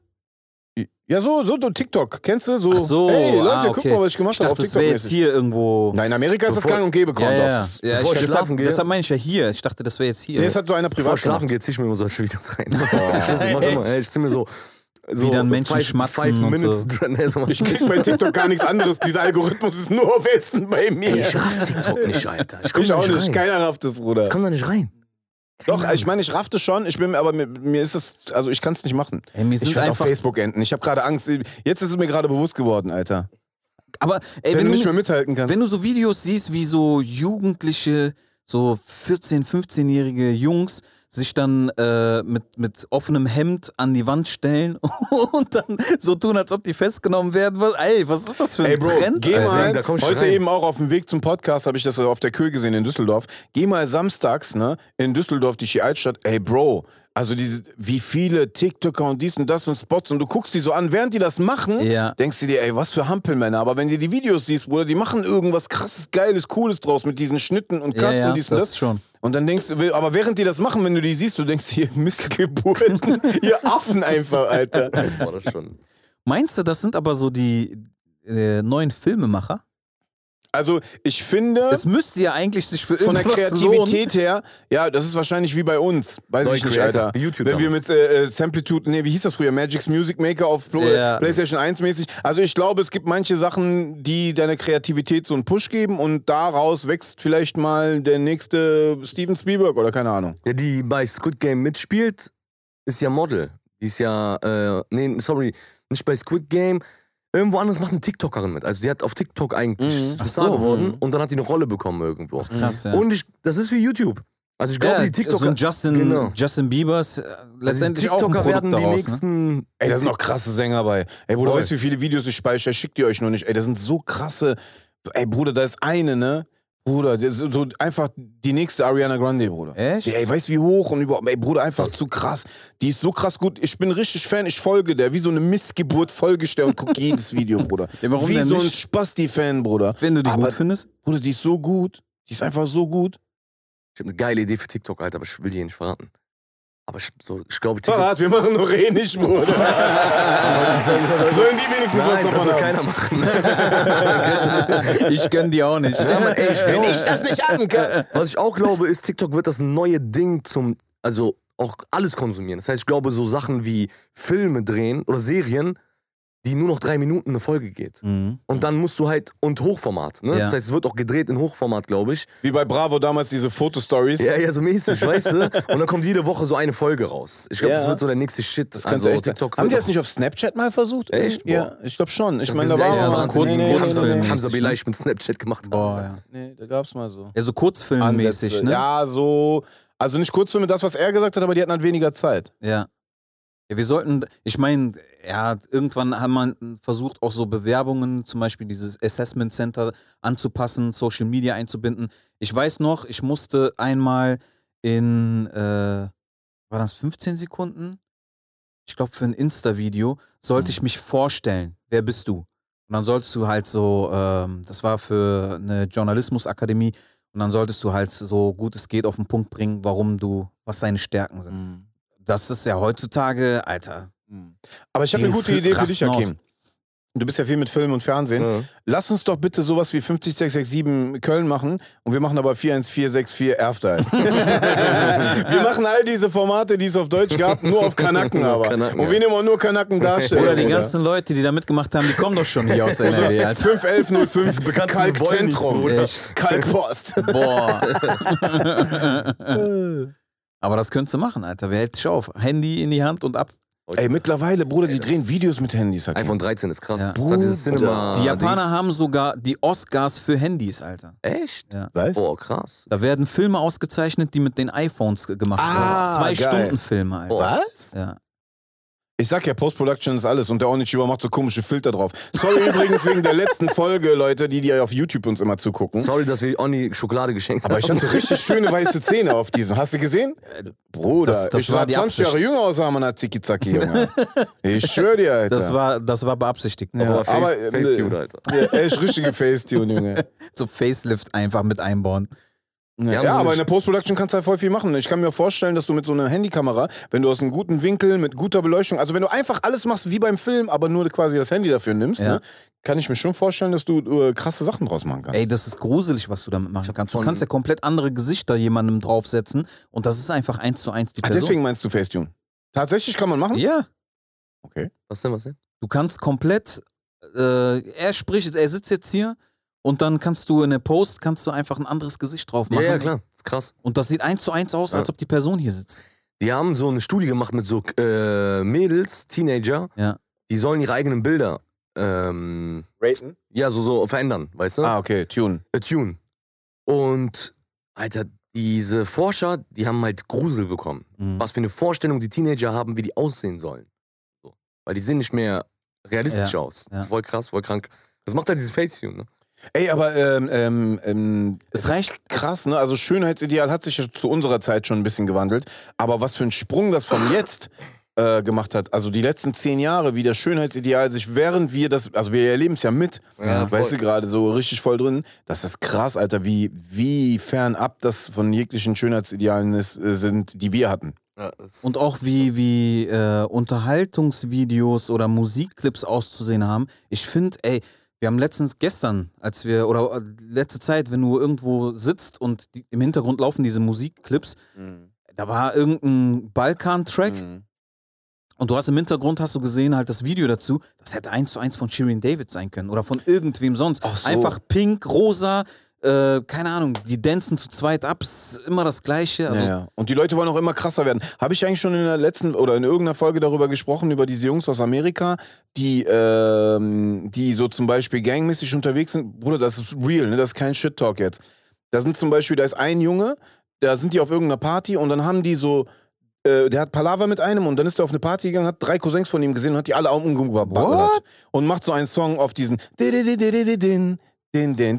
Speaker 2: Ja, so, so, so TikTok. Kennst du? So,
Speaker 3: Ach so.
Speaker 2: hey, Leute,
Speaker 3: ah, okay.
Speaker 2: guck mal, was ich gemacht
Speaker 3: Ich
Speaker 2: habe auf
Speaker 3: dachte, das wäre
Speaker 2: TikTok.
Speaker 3: jetzt hier irgendwo.
Speaker 2: Nein, in Amerika ist das
Speaker 1: Bevor-
Speaker 2: gang und gäbe, Corn
Speaker 3: ja, ja.
Speaker 2: Dogs.
Speaker 3: ja ich,
Speaker 1: Bevor ich schlafen
Speaker 3: deshalb,
Speaker 1: gehe.
Speaker 3: deshalb meine ich ja hier. Ich dachte, das wäre jetzt hier.
Speaker 2: Nee, das hat so einer
Speaker 1: Bevor
Speaker 2: privat
Speaker 1: ich
Speaker 2: gemacht.
Speaker 1: schlafen gehe, zieh ich mir immer solche Videos rein. Ich, mach's immer, ey, ich zieh mir so. so
Speaker 3: Wie dann Menschen
Speaker 1: five,
Speaker 3: schmatzen
Speaker 1: five
Speaker 3: und
Speaker 1: Minutes
Speaker 3: so.
Speaker 1: dran. ey, sowas.
Speaker 2: Ich krieg bei TikTok gar nichts anderes. Dieser Algorithmus ist nur auf Essen bei mir.
Speaker 1: Ich raff TikTok nicht, Alter. Ich komm
Speaker 2: Ich
Speaker 1: da
Speaker 2: auch
Speaker 1: nicht
Speaker 2: nicht.
Speaker 1: rein.
Speaker 2: Keiner rafft es, Bruder.
Speaker 1: Ich komm da nicht rein.
Speaker 2: Doch, ich meine, ich raffte schon, ich bin, aber mir, mir ist es, also ich kann es nicht machen.
Speaker 3: Ey, mir sind
Speaker 2: ich werd auf
Speaker 3: einfach-
Speaker 2: Facebook enden. Ich habe gerade Angst. Jetzt ist es mir gerade bewusst geworden, Alter.
Speaker 3: Aber ey,
Speaker 2: Wenn,
Speaker 3: wenn,
Speaker 2: du nicht
Speaker 3: du,
Speaker 2: mehr mithalten kannst.
Speaker 3: Also wenn du so Videos siehst, wie so Jugendliche, so 14-, 15-jährige Jungs sich dann äh, mit, mit offenem Hemd an die Wand stellen und dann so tun, als ob die festgenommen werden. Was- Ey, was ist das für ein
Speaker 2: Ey, Bro,
Speaker 3: Trend?
Speaker 2: geh
Speaker 3: Alter?
Speaker 2: mal.
Speaker 1: Deswegen, da komm ich
Speaker 2: heute
Speaker 1: rein.
Speaker 2: eben auch auf dem Weg zum Podcast habe ich das auf der Kühe gesehen in Düsseldorf. Geh mal samstags, ne, in Düsseldorf, die Ski-Altstadt. Ey, Bro, also diese, wie viele TikToker und dies und das und Spots und du guckst die so an, während die das machen,
Speaker 3: Ja.
Speaker 2: denkst du dir, ey, was für Hampelmänner. Aber wenn du die Videos siehst, Bruder, die machen irgendwas krasses, geiles, cooles draus mit diesen Schnitten und
Speaker 3: Ja,
Speaker 2: Cuts
Speaker 3: ja,
Speaker 2: und dies und
Speaker 3: das
Speaker 2: das.
Speaker 3: schon.
Speaker 2: Und dann denkst du, aber während die das machen, wenn du die siehst, du denkst, hier Missgeburten, ihr Affen einfach, Alter.
Speaker 1: Boah, das ist schon.
Speaker 3: Meinst du, das sind aber so die äh, neuen Filmemacher?
Speaker 2: Also ich finde.
Speaker 3: Es müsste ja eigentlich sich für
Speaker 2: von der
Speaker 3: irgendwas lohnen.
Speaker 2: Kreativität her, ja, das ist wahrscheinlich wie bei uns. Weiß
Speaker 1: Neue
Speaker 2: ich nicht,
Speaker 1: Creator,
Speaker 2: Alter.
Speaker 1: wie YouTube
Speaker 2: Wenn wir
Speaker 1: damals.
Speaker 2: mit äh, äh, Samplitude, nee, wie hieß das früher? Magic's Music Maker auf Pl
Speaker 3: Ja.
Speaker 2: PlayStation 1 mäßig. Also ich glaube, es gibt manche Sachen, die deiner Kreativität so einen Push geben und daraus wächst vielleicht mal der nächste Steven Spielberg oder keine Ahnung.
Speaker 1: Ja, die bei Squid Game mitspielt, ist ja Model. Die ist ja, äh, nee, sorry, nicht bei Squid Game. Irgendwo anders macht eine TikTokerin mit. Also die hat auf TikTok eigentlich
Speaker 3: Ach
Speaker 1: Star
Speaker 2: Mhm.
Speaker 3: so. Mhm.
Speaker 1: geworden und dann hat die eine Rolle bekommen irgendwo. Mhm.
Speaker 3: Krass, ja.
Speaker 1: Und ich, das ist wie YouTube. Also ich glaube,
Speaker 3: Ja,
Speaker 1: die TikToker,
Speaker 3: so ein Justin,
Speaker 1: Genau.
Speaker 3: Justin Biebers äh,
Speaker 1: also die
Speaker 3: letztendlich auch ein
Speaker 1: TikToker
Speaker 3: Produkt
Speaker 1: werden die
Speaker 3: daraus, ne?
Speaker 1: nächsten.
Speaker 2: Ey, da sind auch krasse Sänger bei. Ey, Bruder,
Speaker 1: Voll.
Speaker 2: weißt du, wie viele Videos ich speichere? Ich Schick die euch nur nicht. Ey, das sind so krasse. Ey, Bruder, da ist eine, ne? Bruder, das ist so einfach die nächste Ariana Grande, Bruder.
Speaker 3: Echt?
Speaker 2: Ey, weißt du, wie hoch und überhaupt. Ey, Bruder, einfach zu krass. Die ist so krass gut. Ich bin richtig Fan. Ich folge der. Wie so eine Missgeburt folge ich der und gucke jedes Video, Bruder.
Speaker 3: Ja, warum
Speaker 2: wie
Speaker 3: denn
Speaker 2: so ein
Speaker 3: nicht?
Speaker 2: Spasti-Fan, Bruder.
Speaker 3: Wenn du die
Speaker 2: Aber,
Speaker 3: gut findest.
Speaker 2: Bruder, die ist so gut. Die ist einfach so gut.
Speaker 1: Ich habe eine geile Idee für TikTok, Alter, aber ich will die hier nicht verraten. Aber ich, so, ich glaube,
Speaker 2: Verrat, wir machen nur eh nicht, Bruder. Sollen die wenigstens was
Speaker 1: Nein,
Speaker 2: davon
Speaker 1: das soll
Speaker 2: haben?
Speaker 1: also keiner machen.
Speaker 3: ich gönn die auch nicht.
Speaker 2: Wenn ich das nicht haben kann.
Speaker 1: Was ich auch glaube, ist, TikTok wird das neue Ding zum, also auch alles konsumieren. Das heißt, ich glaube, so Sachen wie Filme drehen oder Serien die nur noch drei Minuten eine Folge geht. Und dann musst du halt, und Hochformat, ne?
Speaker 3: Ja.
Speaker 1: Das heißt, es wird auch gedreht in Hochformat, glaube ich.
Speaker 2: Wie bei Bravo damals diese Fotostories.
Speaker 1: Ja, ja, so mäßig, weißt du? Und dann kommt jede Woche so eine Folge raus. Ich glaube,
Speaker 2: Ja.
Speaker 1: das wird so der nächste Shit.
Speaker 2: Kannst du
Speaker 1: also
Speaker 2: echt-
Speaker 1: TikTok
Speaker 2: Haben die
Speaker 1: wird
Speaker 2: das nicht auf Snapchat mal versucht?
Speaker 1: Echt? Boah.
Speaker 2: Ja, ich glaube schon. Ich
Speaker 1: Wir
Speaker 2: meine,
Speaker 1: sind
Speaker 2: da war
Speaker 1: echt
Speaker 3: ja
Speaker 2: auch
Speaker 1: so
Speaker 2: mal
Speaker 3: so
Speaker 1: einen
Speaker 3: ein kurzen-
Speaker 1: kurzen
Speaker 3: nee, nee,
Speaker 1: Kurzfilm.
Speaker 3: nee.
Speaker 1: Hamza Beleisch mit Snapchat gemacht.
Speaker 3: Boah, ja.
Speaker 2: Nee, da gab's mal so.
Speaker 3: Ja, so kurzfilmmäßig,
Speaker 2: Ansätze.
Speaker 3: ne?
Speaker 2: Ja, so. Also nicht Kurzfilme, das, was er gesagt hat, aber die hatten halt weniger Zeit.
Speaker 3: Ja. ja wir sollten, ich meine, ja, irgendwann haben man versucht, auch so Bewerbungen, zum Beispiel dieses Assessment Center anzupassen, Social Media einzubinden. Ich weiß noch, ich musste einmal in, äh, war das 15 Sekunden? Ich glaube, für ein Insta-Video sollte ich mich vorstellen. Wer bist du? Und dann solltest du halt so, ähm, das war für eine Journalismusakademie, und dann solltest du halt so gut es geht auf den Punkt bringen, warum du, was deine Stärken sind.
Speaker 1: Mm,
Speaker 3: Das ist ja heutzutage, Alter.
Speaker 2: Aber ich habe eine
Speaker 3: Die
Speaker 2: gute
Speaker 3: fl-
Speaker 2: Idee für
Speaker 3: rasten
Speaker 2: dich, Hakim.
Speaker 3: aus.
Speaker 2: Du bist ja viel mit Film und Fernsehen.
Speaker 1: Ja.
Speaker 2: Lass uns doch bitte sowas wie 50667 Köln machen und wir machen aber 41464 Erftal. wir machen all diese Formate, die es auf Deutsch gab, nur auf Kanaken
Speaker 1: Nur auf
Speaker 2: aber.
Speaker 1: Kanaken,
Speaker 2: und wir
Speaker 1: ja.
Speaker 2: nehmen auch nur Kanaken darstellen.
Speaker 3: Oder die ganzen Leute, die da mitgemacht haben, die kommen doch schon hier aus NRW, Alter.
Speaker 2: 51105
Speaker 1: Bekannten wollen nichts,
Speaker 2: Also Kalkzentrum.
Speaker 1: Bruder.
Speaker 2: Kalkpost.
Speaker 3: Boah. Aber das könntest du machen, Alter. Wer hält dich auf? Handy in die Hand und ab.
Speaker 2: Ah, Ey, mittlerweile, Bruder, die
Speaker 1: das-
Speaker 2: drehen Videos mit Handys. Hakim.
Speaker 1: iPhone 13 ist krass.
Speaker 3: Ja.
Speaker 1: Das hat dieses
Speaker 2: Bruder.
Speaker 1: Cinema
Speaker 3: Die Japaner
Speaker 1: Dings.
Speaker 3: haben sogar die Oscars für Handys, Alter.
Speaker 1: Echt?
Speaker 3: Ja.
Speaker 2: Weißt?
Speaker 1: Boah, krass.
Speaker 3: Da werden Filme ausgezeichnet, die mit den iPhones ge- gemacht
Speaker 2: Ah,
Speaker 3: wurden. Zwei
Speaker 2: geil.
Speaker 3: Stunden Filme, Alter.
Speaker 2: Was?
Speaker 3: Ja.
Speaker 2: Ich sag ja, Post-Production ist alles und der Onichiwa macht so komische Filter drauf. Sorry übrigens wegen der letzten Folge, Leute, die, die auf YouTube uns immer zugucken.
Speaker 1: Sorry, dass wir Onni Schokolade geschenkt
Speaker 2: Hm? Aber ich
Speaker 1: haben.
Speaker 2: hatte richtig schöne weiße Zähne auf diesem. Hast du gesehen? Bruder,
Speaker 3: das- das
Speaker 2: ich
Speaker 3: war
Speaker 2: war
Speaker 3: die
Speaker 2: 20 Jahre
Speaker 3: Absicht.
Speaker 2: jünger aus Amana Zikizacki, Junge. Ich schwör dir, Alter.
Speaker 3: Das war, das war beabsichtigt.
Speaker 1: Aber
Speaker 3: Aber
Speaker 1: Face,
Speaker 2: aber, äh,
Speaker 1: Facetune, Alter.
Speaker 2: ja, echt richtige Facetune, Junge.
Speaker 3: So Facelift einfach mit einbauen.
Speaker 1: Wir
Speaker 2: Ja,
Speaker 1: haben so
Speaker 2: aber
Speaker 1: eine
Speaker 2: in der Post-Production kannst du halt voll viel machen. Ich kann mir vorstellen, dass du mit so einer Handykamera, wenn du aus einem guten Winkel, mit guter Beleuchtung, also wenn du einfach alles machst wie beim Film, aber nur quasi das Handy dafür nimmst,
Speaker 3: Ja.
Speaker 2: ne, kann ich mir schon vorstellen, dass du äh, krasse Sachen draus machen kannst.
Speaker 3: Ey, das ist gruselig, was du damit machen kannst. Du
Speaker 1: von-
Speaker 3: kannst ja komplett andere Gesichter jemandem draufsetzen und das ist einfach eins zu eins die
Speaker 1: Ah,
Speaker 2: Ach,
Speaker 3: Person.
Speaker 2: deswegen meinst du Facetune? Tatsächlich kann man machen?
Speaker 3: ja,
Speaker 2: Okay.
Speaker 1: Was denn, was denn?
Speaker 3: du kannst komplett, äh, er spricht, er sitzt jetzt hier und dann kannst du in der Post, kannst du einfach ein anderes Gesicht drauf
Speaker 1: Ja,
Speaker 3: machen.
Speaker 1: ja, klar. Ist krass.
Speaker 3: Und das sieht eins zu eins aus, als ob die Person hier sitzt.
Speaker 1: Die haben so eine Studie gemacht mit so äh, Mädels, Teenager.
Speaker 3: Ja.
Speaker 1: Die sollen ihre eigenen Bilder, ähm,
Speaker 2: Raten?
Speaker 1: ja, so, so verändern, weißt du?
Speaker 2: Ah, okay, Tune.
Speaker 1: Äh, Tune. Und, Alter, diese Forscher, die haben halt Grusel bekommen.
Speaker 3: Mhm.
Speaker 1: Was für eine Vorstellung die Teenager haben, wie die aussehen sollen. So. Weil die sehen nicht mehr realistisch
Speaker 3: Ja,
Speaker 1: aus.
Speaker 3: ja.
Speaker 1: Das ist voll krass, voll krank. Das macht halt dieses Facetune, ne?
Speaker 2: Ey, aber ähm, ähm, ähm,
Speaker 3: Es
Speaker 2: es
Speaker 3: reicht-
Speaker 2: reicht krass, ne? Also Schönheitsideal hat sich ja zu unserer Zeit schon ein bisschen gewandelt. Aber was für ein Sprung das von jetzt äh, gemacht hat. Also die letzten zehn Jahre, wie das Schönheitsideal sich, während wir das, also wir erleben es ja mit,
Speaker 1: Ja,
Speaker 2: weißt
Speaker 1: voll.
Speaker 2: du, gerade so richtig voll drin. Das ist krass, Alter, wie, wie fernab das von jeglichen Schönheitsidealen ist, äh, sind, die wir hatten.
Speaker 1: Ja, das-
Speaker 3: Und auch wie, wie äh, Unterhaltungsvideos oder Musikclips auszusehen haben. Ich finde, ey, wir haben letztens gestern, als wir, oder äh, letzte Zeit, wenn du irgendwo sitzt und die, im Hintergrund laufen diese Musikclips,
Speaker 1: Mhm.
Speaker 3: da war irgendein Balkan-Track
Speaker 2: Mhm.
Speaker 3: und du hast im Hintergrund, hast du gesehen, halt das Video dazu, das hätte eins zu eins von Shirin David sein können oder von irgendwem sonst.
Speaker 2: Ach so.
Speaker 3: Einfach pink, rosa, äh, keine Ahnung, die dancen zu zweit ab, ist immer das Gleiche. Also,
Speaker 2: ja, ja. Und die Leute wollen auch immer krasser werden. Habe ich eigentlich schon in der letzten oder in irgendeiner Folge darüber gesprochen, über diese Jungs aus Amerika, die, ähm, die so zum Beispiel gangmäßig unterwegs sind? Bruder, das ist real, ne? das ist kein Shit-Talk jetzt. Da sind zum Beispiel, da ist ein Junge, da sind die auf irgendeiner Party und dann haben die so. äh, Der hat Palaver mit einem und dann ist er auf eine Party gegangen, hat drei Cousins von ihm gesehen und hat die alle umgeballert.
Speaker 3: What?
Speaker 2: Und macht so einen Song auf diesen. Din, din, din,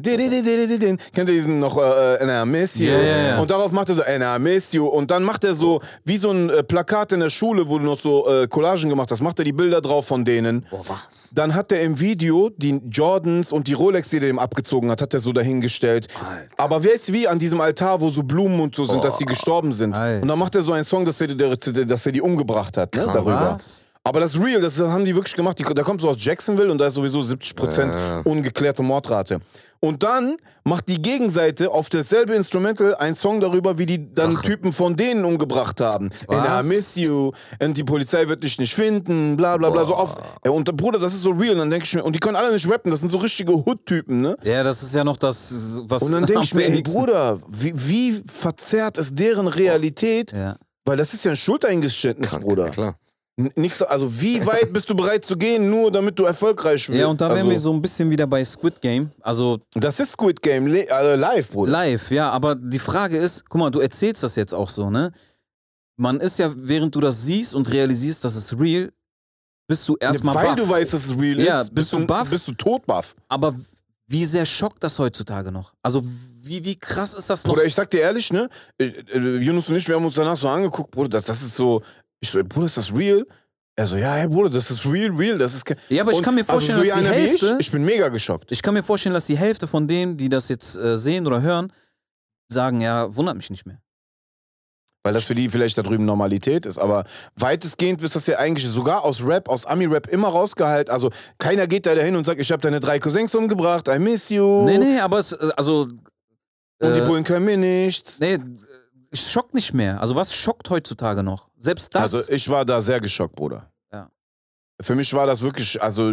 Speaker 2: din. Kennt ihr diesen noch? Äh, and I miss you.
Speaker 3: Ja, ja, ja.
Speaker 2: Und darauf macht er so, and I miss you. Und dann macht er so, wie so ein äh, Plakat in der Schule, wo du noch so äh, Collagen gemacht hast, macht er die Bilder drauf von denen.
Speaker 1: Boah, was?
Speaker 2: Dann hat er im Video die Jordans und die Rolex, die er dem abgezogen hat, hat er so dahingestellt.
Speaker 1: Alter.
Speaker 2: Aber wer ist wie an diesem Altar, wo so Blumen und so sind, dass die gestorben sind?
Speaker 3: Alter.
Speaker 2: Und dann macht er so einen Song, dass er, die- dass er die umgebracht hat, ne,
Speaker 1: Krass.
Speaker 2: darüber.
Speaker 3: Was?
Speaker 2: Aber das ist real, das haben die wirklich gemacht. Die, da kommst du aus Jacksonville und da ist sowieso 70% ungeklärte Mordrate. Und dann macht die Gegenseite auf dasselbe Instrumental einen Song darüber, wie die dann Typen von denen umgebracht haben. And I miss you. Und die Polizei wird dich nicht finden, bla bla bla. So auf. Ey, Und Bruder, das ist so real. Und dann denke ich mir, und die können alle nicht rappen, das sind so richtige Hood-Typen, ne?
Speaker 3: Ja, das ist ja noch das, was.
Speaker 2: Und dann denke ich
Speaker 3: am
Speaker 2: mir, ey,
Speaker 3: wenigsten-
Speaker 2: Bruder, wie, wie verzerrt ist deren Realität?
Speaker 3: Ja.
Speaker 2: Weil das ist ja ein Schuldeingeständnis, Bruder.
Speaker 1: Ja, klar.
Speaker 2: N- Nicht so, also wie weit bist du bereit zu gehen, nur damit du erfolgreich wirst?
Speaker 3: Ja, und da wären
Speaker 2: also,
Speaker 3: wir so ein bisschen wieder bei Squid Game. Also
Speaker 2: Das ist Squid Game le- äh, live, Bruder.
Speaker 3: live, ja, aber die Frage ist, guck mal, du erzählst das jetzt auch so, ne? Man ist ja, während du das siehst und realisierst, das ist real, bist du erstmal
Speaker 2: Ne, Weil
Speaker 3: baff.
Speaker 2: du weißt, dass es real
Speaker 3: Ja,
Speaker 2: ist,
Speaker 3: bist du baff?
Speaker 2: Bist du tot baff.
Speaker 3: aber wie sehr schockt das heutzutage noch? Also wie, wie krass ist das noch?
Speaker 2: Bruder, ich sag dir ehrlich, ne? Ich- äh, Yunus und ich, wir haben uns danach so angeguckt, Bruder, das, das ist so. Ich so, ey, Bruder, ist das real? Er so, ja, hey, Bruder, das ist real, real, das ist. ke-
Speaker 3: Ja, aber ich
Speaker 2: Und-
Speaker 3: kann mir vorstellen,
Speaker 2: also so
Speaker 3: dass die
Speaker 2: einer wie
Speaker 3: Hälfte-
Speaker 2: Ich, ich bin mega geschockt.
Speaker 3: Ich kann mir vorstellen, dass die Hälfte von denen, die das jetzt äh, sehen oder hören, sagen, ja, wundert mich nicht mehr.
Speaker 2: Weil das für die vielleicht da drüben Normalität ist. Aber weitestgehend ist das ja eigentlich sogar aus Rap, aus Ami-Rap immer rausgehalten. Also keiner geht da dahin und sagt, ich habe deine drei Cousins umgebracht, I miss you.
Speaker 3: Nee, nee, aber es, äh, also,
Speaker 2: Und die
Speaker 3: Äh,
Speaker 2: Bullen können mir nichts.
Speaker 3: nee, äh, es schockt nicht mehr. Also was schockt heutzutage noch? Selbst das.
Speaker 2: Also ich war da sehr geschockt, Bruder.
Speaker 3: Ja.
Speaker 2: Für mich war das wirklich, also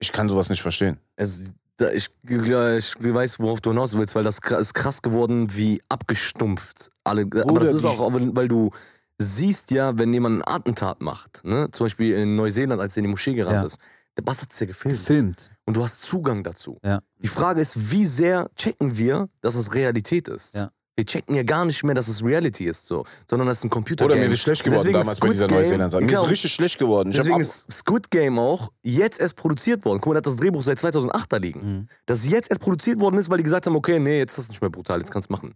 Speaker 2: ich kann sowas nicht verstehen.
Speaker 1: Also, da, ich, ja, ich weiß, worauf du hinaus willst, weil das kra- ist krass geworden, wie abgestumpft alle. aber das ist
Speaker 2: die-
Speaker 1: auch, weil du siehst ja, wenn jemand ein Attentat macht, ne? zum Beispiel in Neuseeland, als er in die Moschee gerannt
Speaker 3: Ja.
Speaker 1: ist, der Bass hat's ja gefilmt.
Speaker 3: gefilmt.
Speaker 1: Und du hast Zugang dazu.
Speaker 3: Ja.
Speaker 1: Die Frage ist, wie sehr checken wir, dass es Realität ist?
Speaker 3: Ja.
Speaker 1: Wir checken ja gar nicht mehr, dass es Reality ist, so, sondern das ist ein Computer.
Speaker 2: Oder mir ist schlecht geworden damals bei dieser Neuseeland-Sache.
Speaker 1: genau.
Speaker 2: Mir ist richtig schlecht geworden. Ich hab
Speaker 1: Deswegen
Speaker 2: ab-
Speaker 1: ist Squid Game auch jetzt erst produziert worden. Guck mal, der hat das Drehbuch seit 2008 da liegen.
Speaker 3: Mhm.
Speaker 1: Das jetzt erst produziert worden ist, weil die gesagt haben, okay, nee, jetzt ist das nicht mehr brutal, jetzt kannst du machen.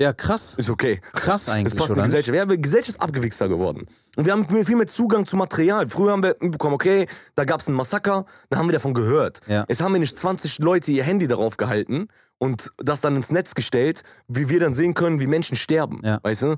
Speaker 3: Ja, krass.
Speaker 1: Ist okay.
Speaker 3: Krass
Speaker 1: Es
Speaker 3: eigentlich,
Speaker 1: passt in die
Speaker 3: oder? nicht?
Speaker 1: Gesellschaft. Ja, die Gesellschaft ist abgewichster geworden. Und wir haben viel mehr Zugang zu Material. Früher haben wir bekommen, okay, da gab es ein Massaker, da haben wir davon gehört.
Speaker 3: Ja.
Speaker 1: Es haben wir nicht 20 Leute ihr Handy darauf gehalten und das dann ins Netz gestellt, wie wir dann sehen können, wie Menschen sterben.
Speaker 3: Ja.
Speaker 1: Weißt du?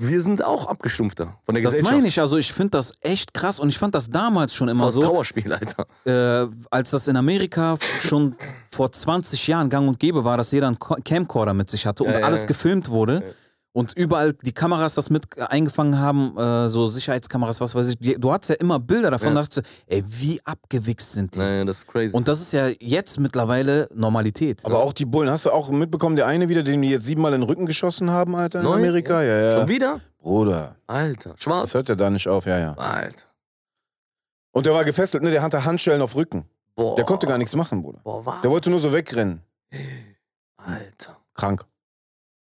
Speaker 1: Wir sind auch abgestumpfter von der
Speaker 3: Das
Speaker 1: Gesellschaft.
Speaker 3: meine ich, also ich finde das echt krass und ich fand das damals schon immer
Speaker 1: Aus
Speaker 3: so,
Speaker 1: Trauerspiel, Alter.
Speaker 3: äh, als das in Amerika schon vor 20 Jahren gang und gäbe war, dass jeder einen Co- Camcorder mit sich hatte und
Speaker 1: Ja, ja,
Speaker 3: alles
Speaker 1: ja.
Speaker 3: gefilmt wurde. Und überall die Kameras das mit eingefangen haben, äh, so Sicherheitskameras, was weiß ich. Die- Du hattest ja immer Bilder davon, da dachtest du, ey, wie abgewichst sind die?
Speaker 1: Naja, das ist crazy.
Speaker 3: Und das ist ja jetzt mittlerweile Normalität.
Speaker 2: Aber auch die Bullen, hast du auch mitbekommen, der eine wieder, den die jetzt siebenmal in den Rücken geschossen haben, Alter, in
Speaker 1: Neu?
Speaker 2: Amerika? Ja, ja.
Speaker 1: Schon wieder?
Speaker 2: Bruder,
Speaker 1: Alter,
Speaker 2: äh, das
Speaker 1: schwarz.
Speaker 2: hört ja da nicht auf, ja, ja.
Speaker 1: Alter.
Speaker 2: Und der war gefesselt, ne? Der hatte Handschellen auf Rücken.
Speaker 1: Boah.
Speaker 2: Der konnte gar nichts machen, Bruder.
Speaker 1: Boah, was?
Speaker 2: Der wollte nur so wegrennen.
Speaker 1: Alter.
Speaker 2: Krank.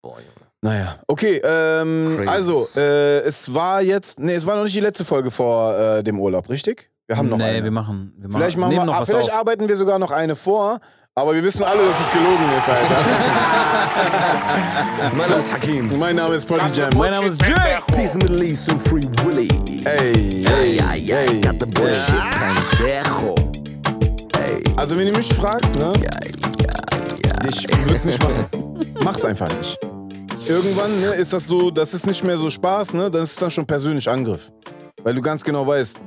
Speaker 1: Boah, Junge.
Speaker 2: Naja. Okay, ähm,
Speaker 1: Crazy.
Speaker 2: also, äh, es war jetzt, nee, es war noch nicht die letzte Folge vor äh, dem Urlaub, richtig? Wir haben noch
Speaker 3: nee,
Speaker 2: eine.
Speaker 3: wir machen, wir machen,
Speaker 2: vielleicht machen
Speaker 3: nehmen
Speaker 2: wir,
Speaker 3: noch
Speaker 2: ah,
Speaker 3: was
Speaker 2: vielleicht
Speaker 3: auf.
Speaker 2: arbeiten wir sogar noch eine vor, aber wir wissen alle, dass es gelogen ist, Alter.
Speaker 1: Mein Name ist Äh, Hakim.
Speaker 2: mein Name ist Prodigy Jam.
Speaker 3: Mein Name ist Jay.
Speaker 1: Peace in the Middle East und Free Willy.
Speaker 2: Ey,
Speaker 1: Ey,
Speaker 2: ey,
Speaker 1: ey, ey, got the bullshit, pendejo.
Speaker 2: Also, wenn ihr mich fragt, ne? Ich würde es nicht machen. Mach's einfach nicht. Irgendwann ne, ist das so, das ist nicht mehr so Spaß, ne? Dann ist es dann schon persönlich Angriff. Weil du ganz genau weißt,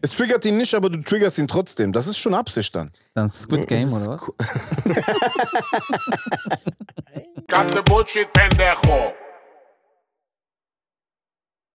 Speaker 2: es triggert ihn nicht, aber du triggerst ihn trotzdem. Das ist schon Absicht dann.
Speaker 3: Dann Squid Game oder was?
Speaker 4: Got the bullshit, pendejo.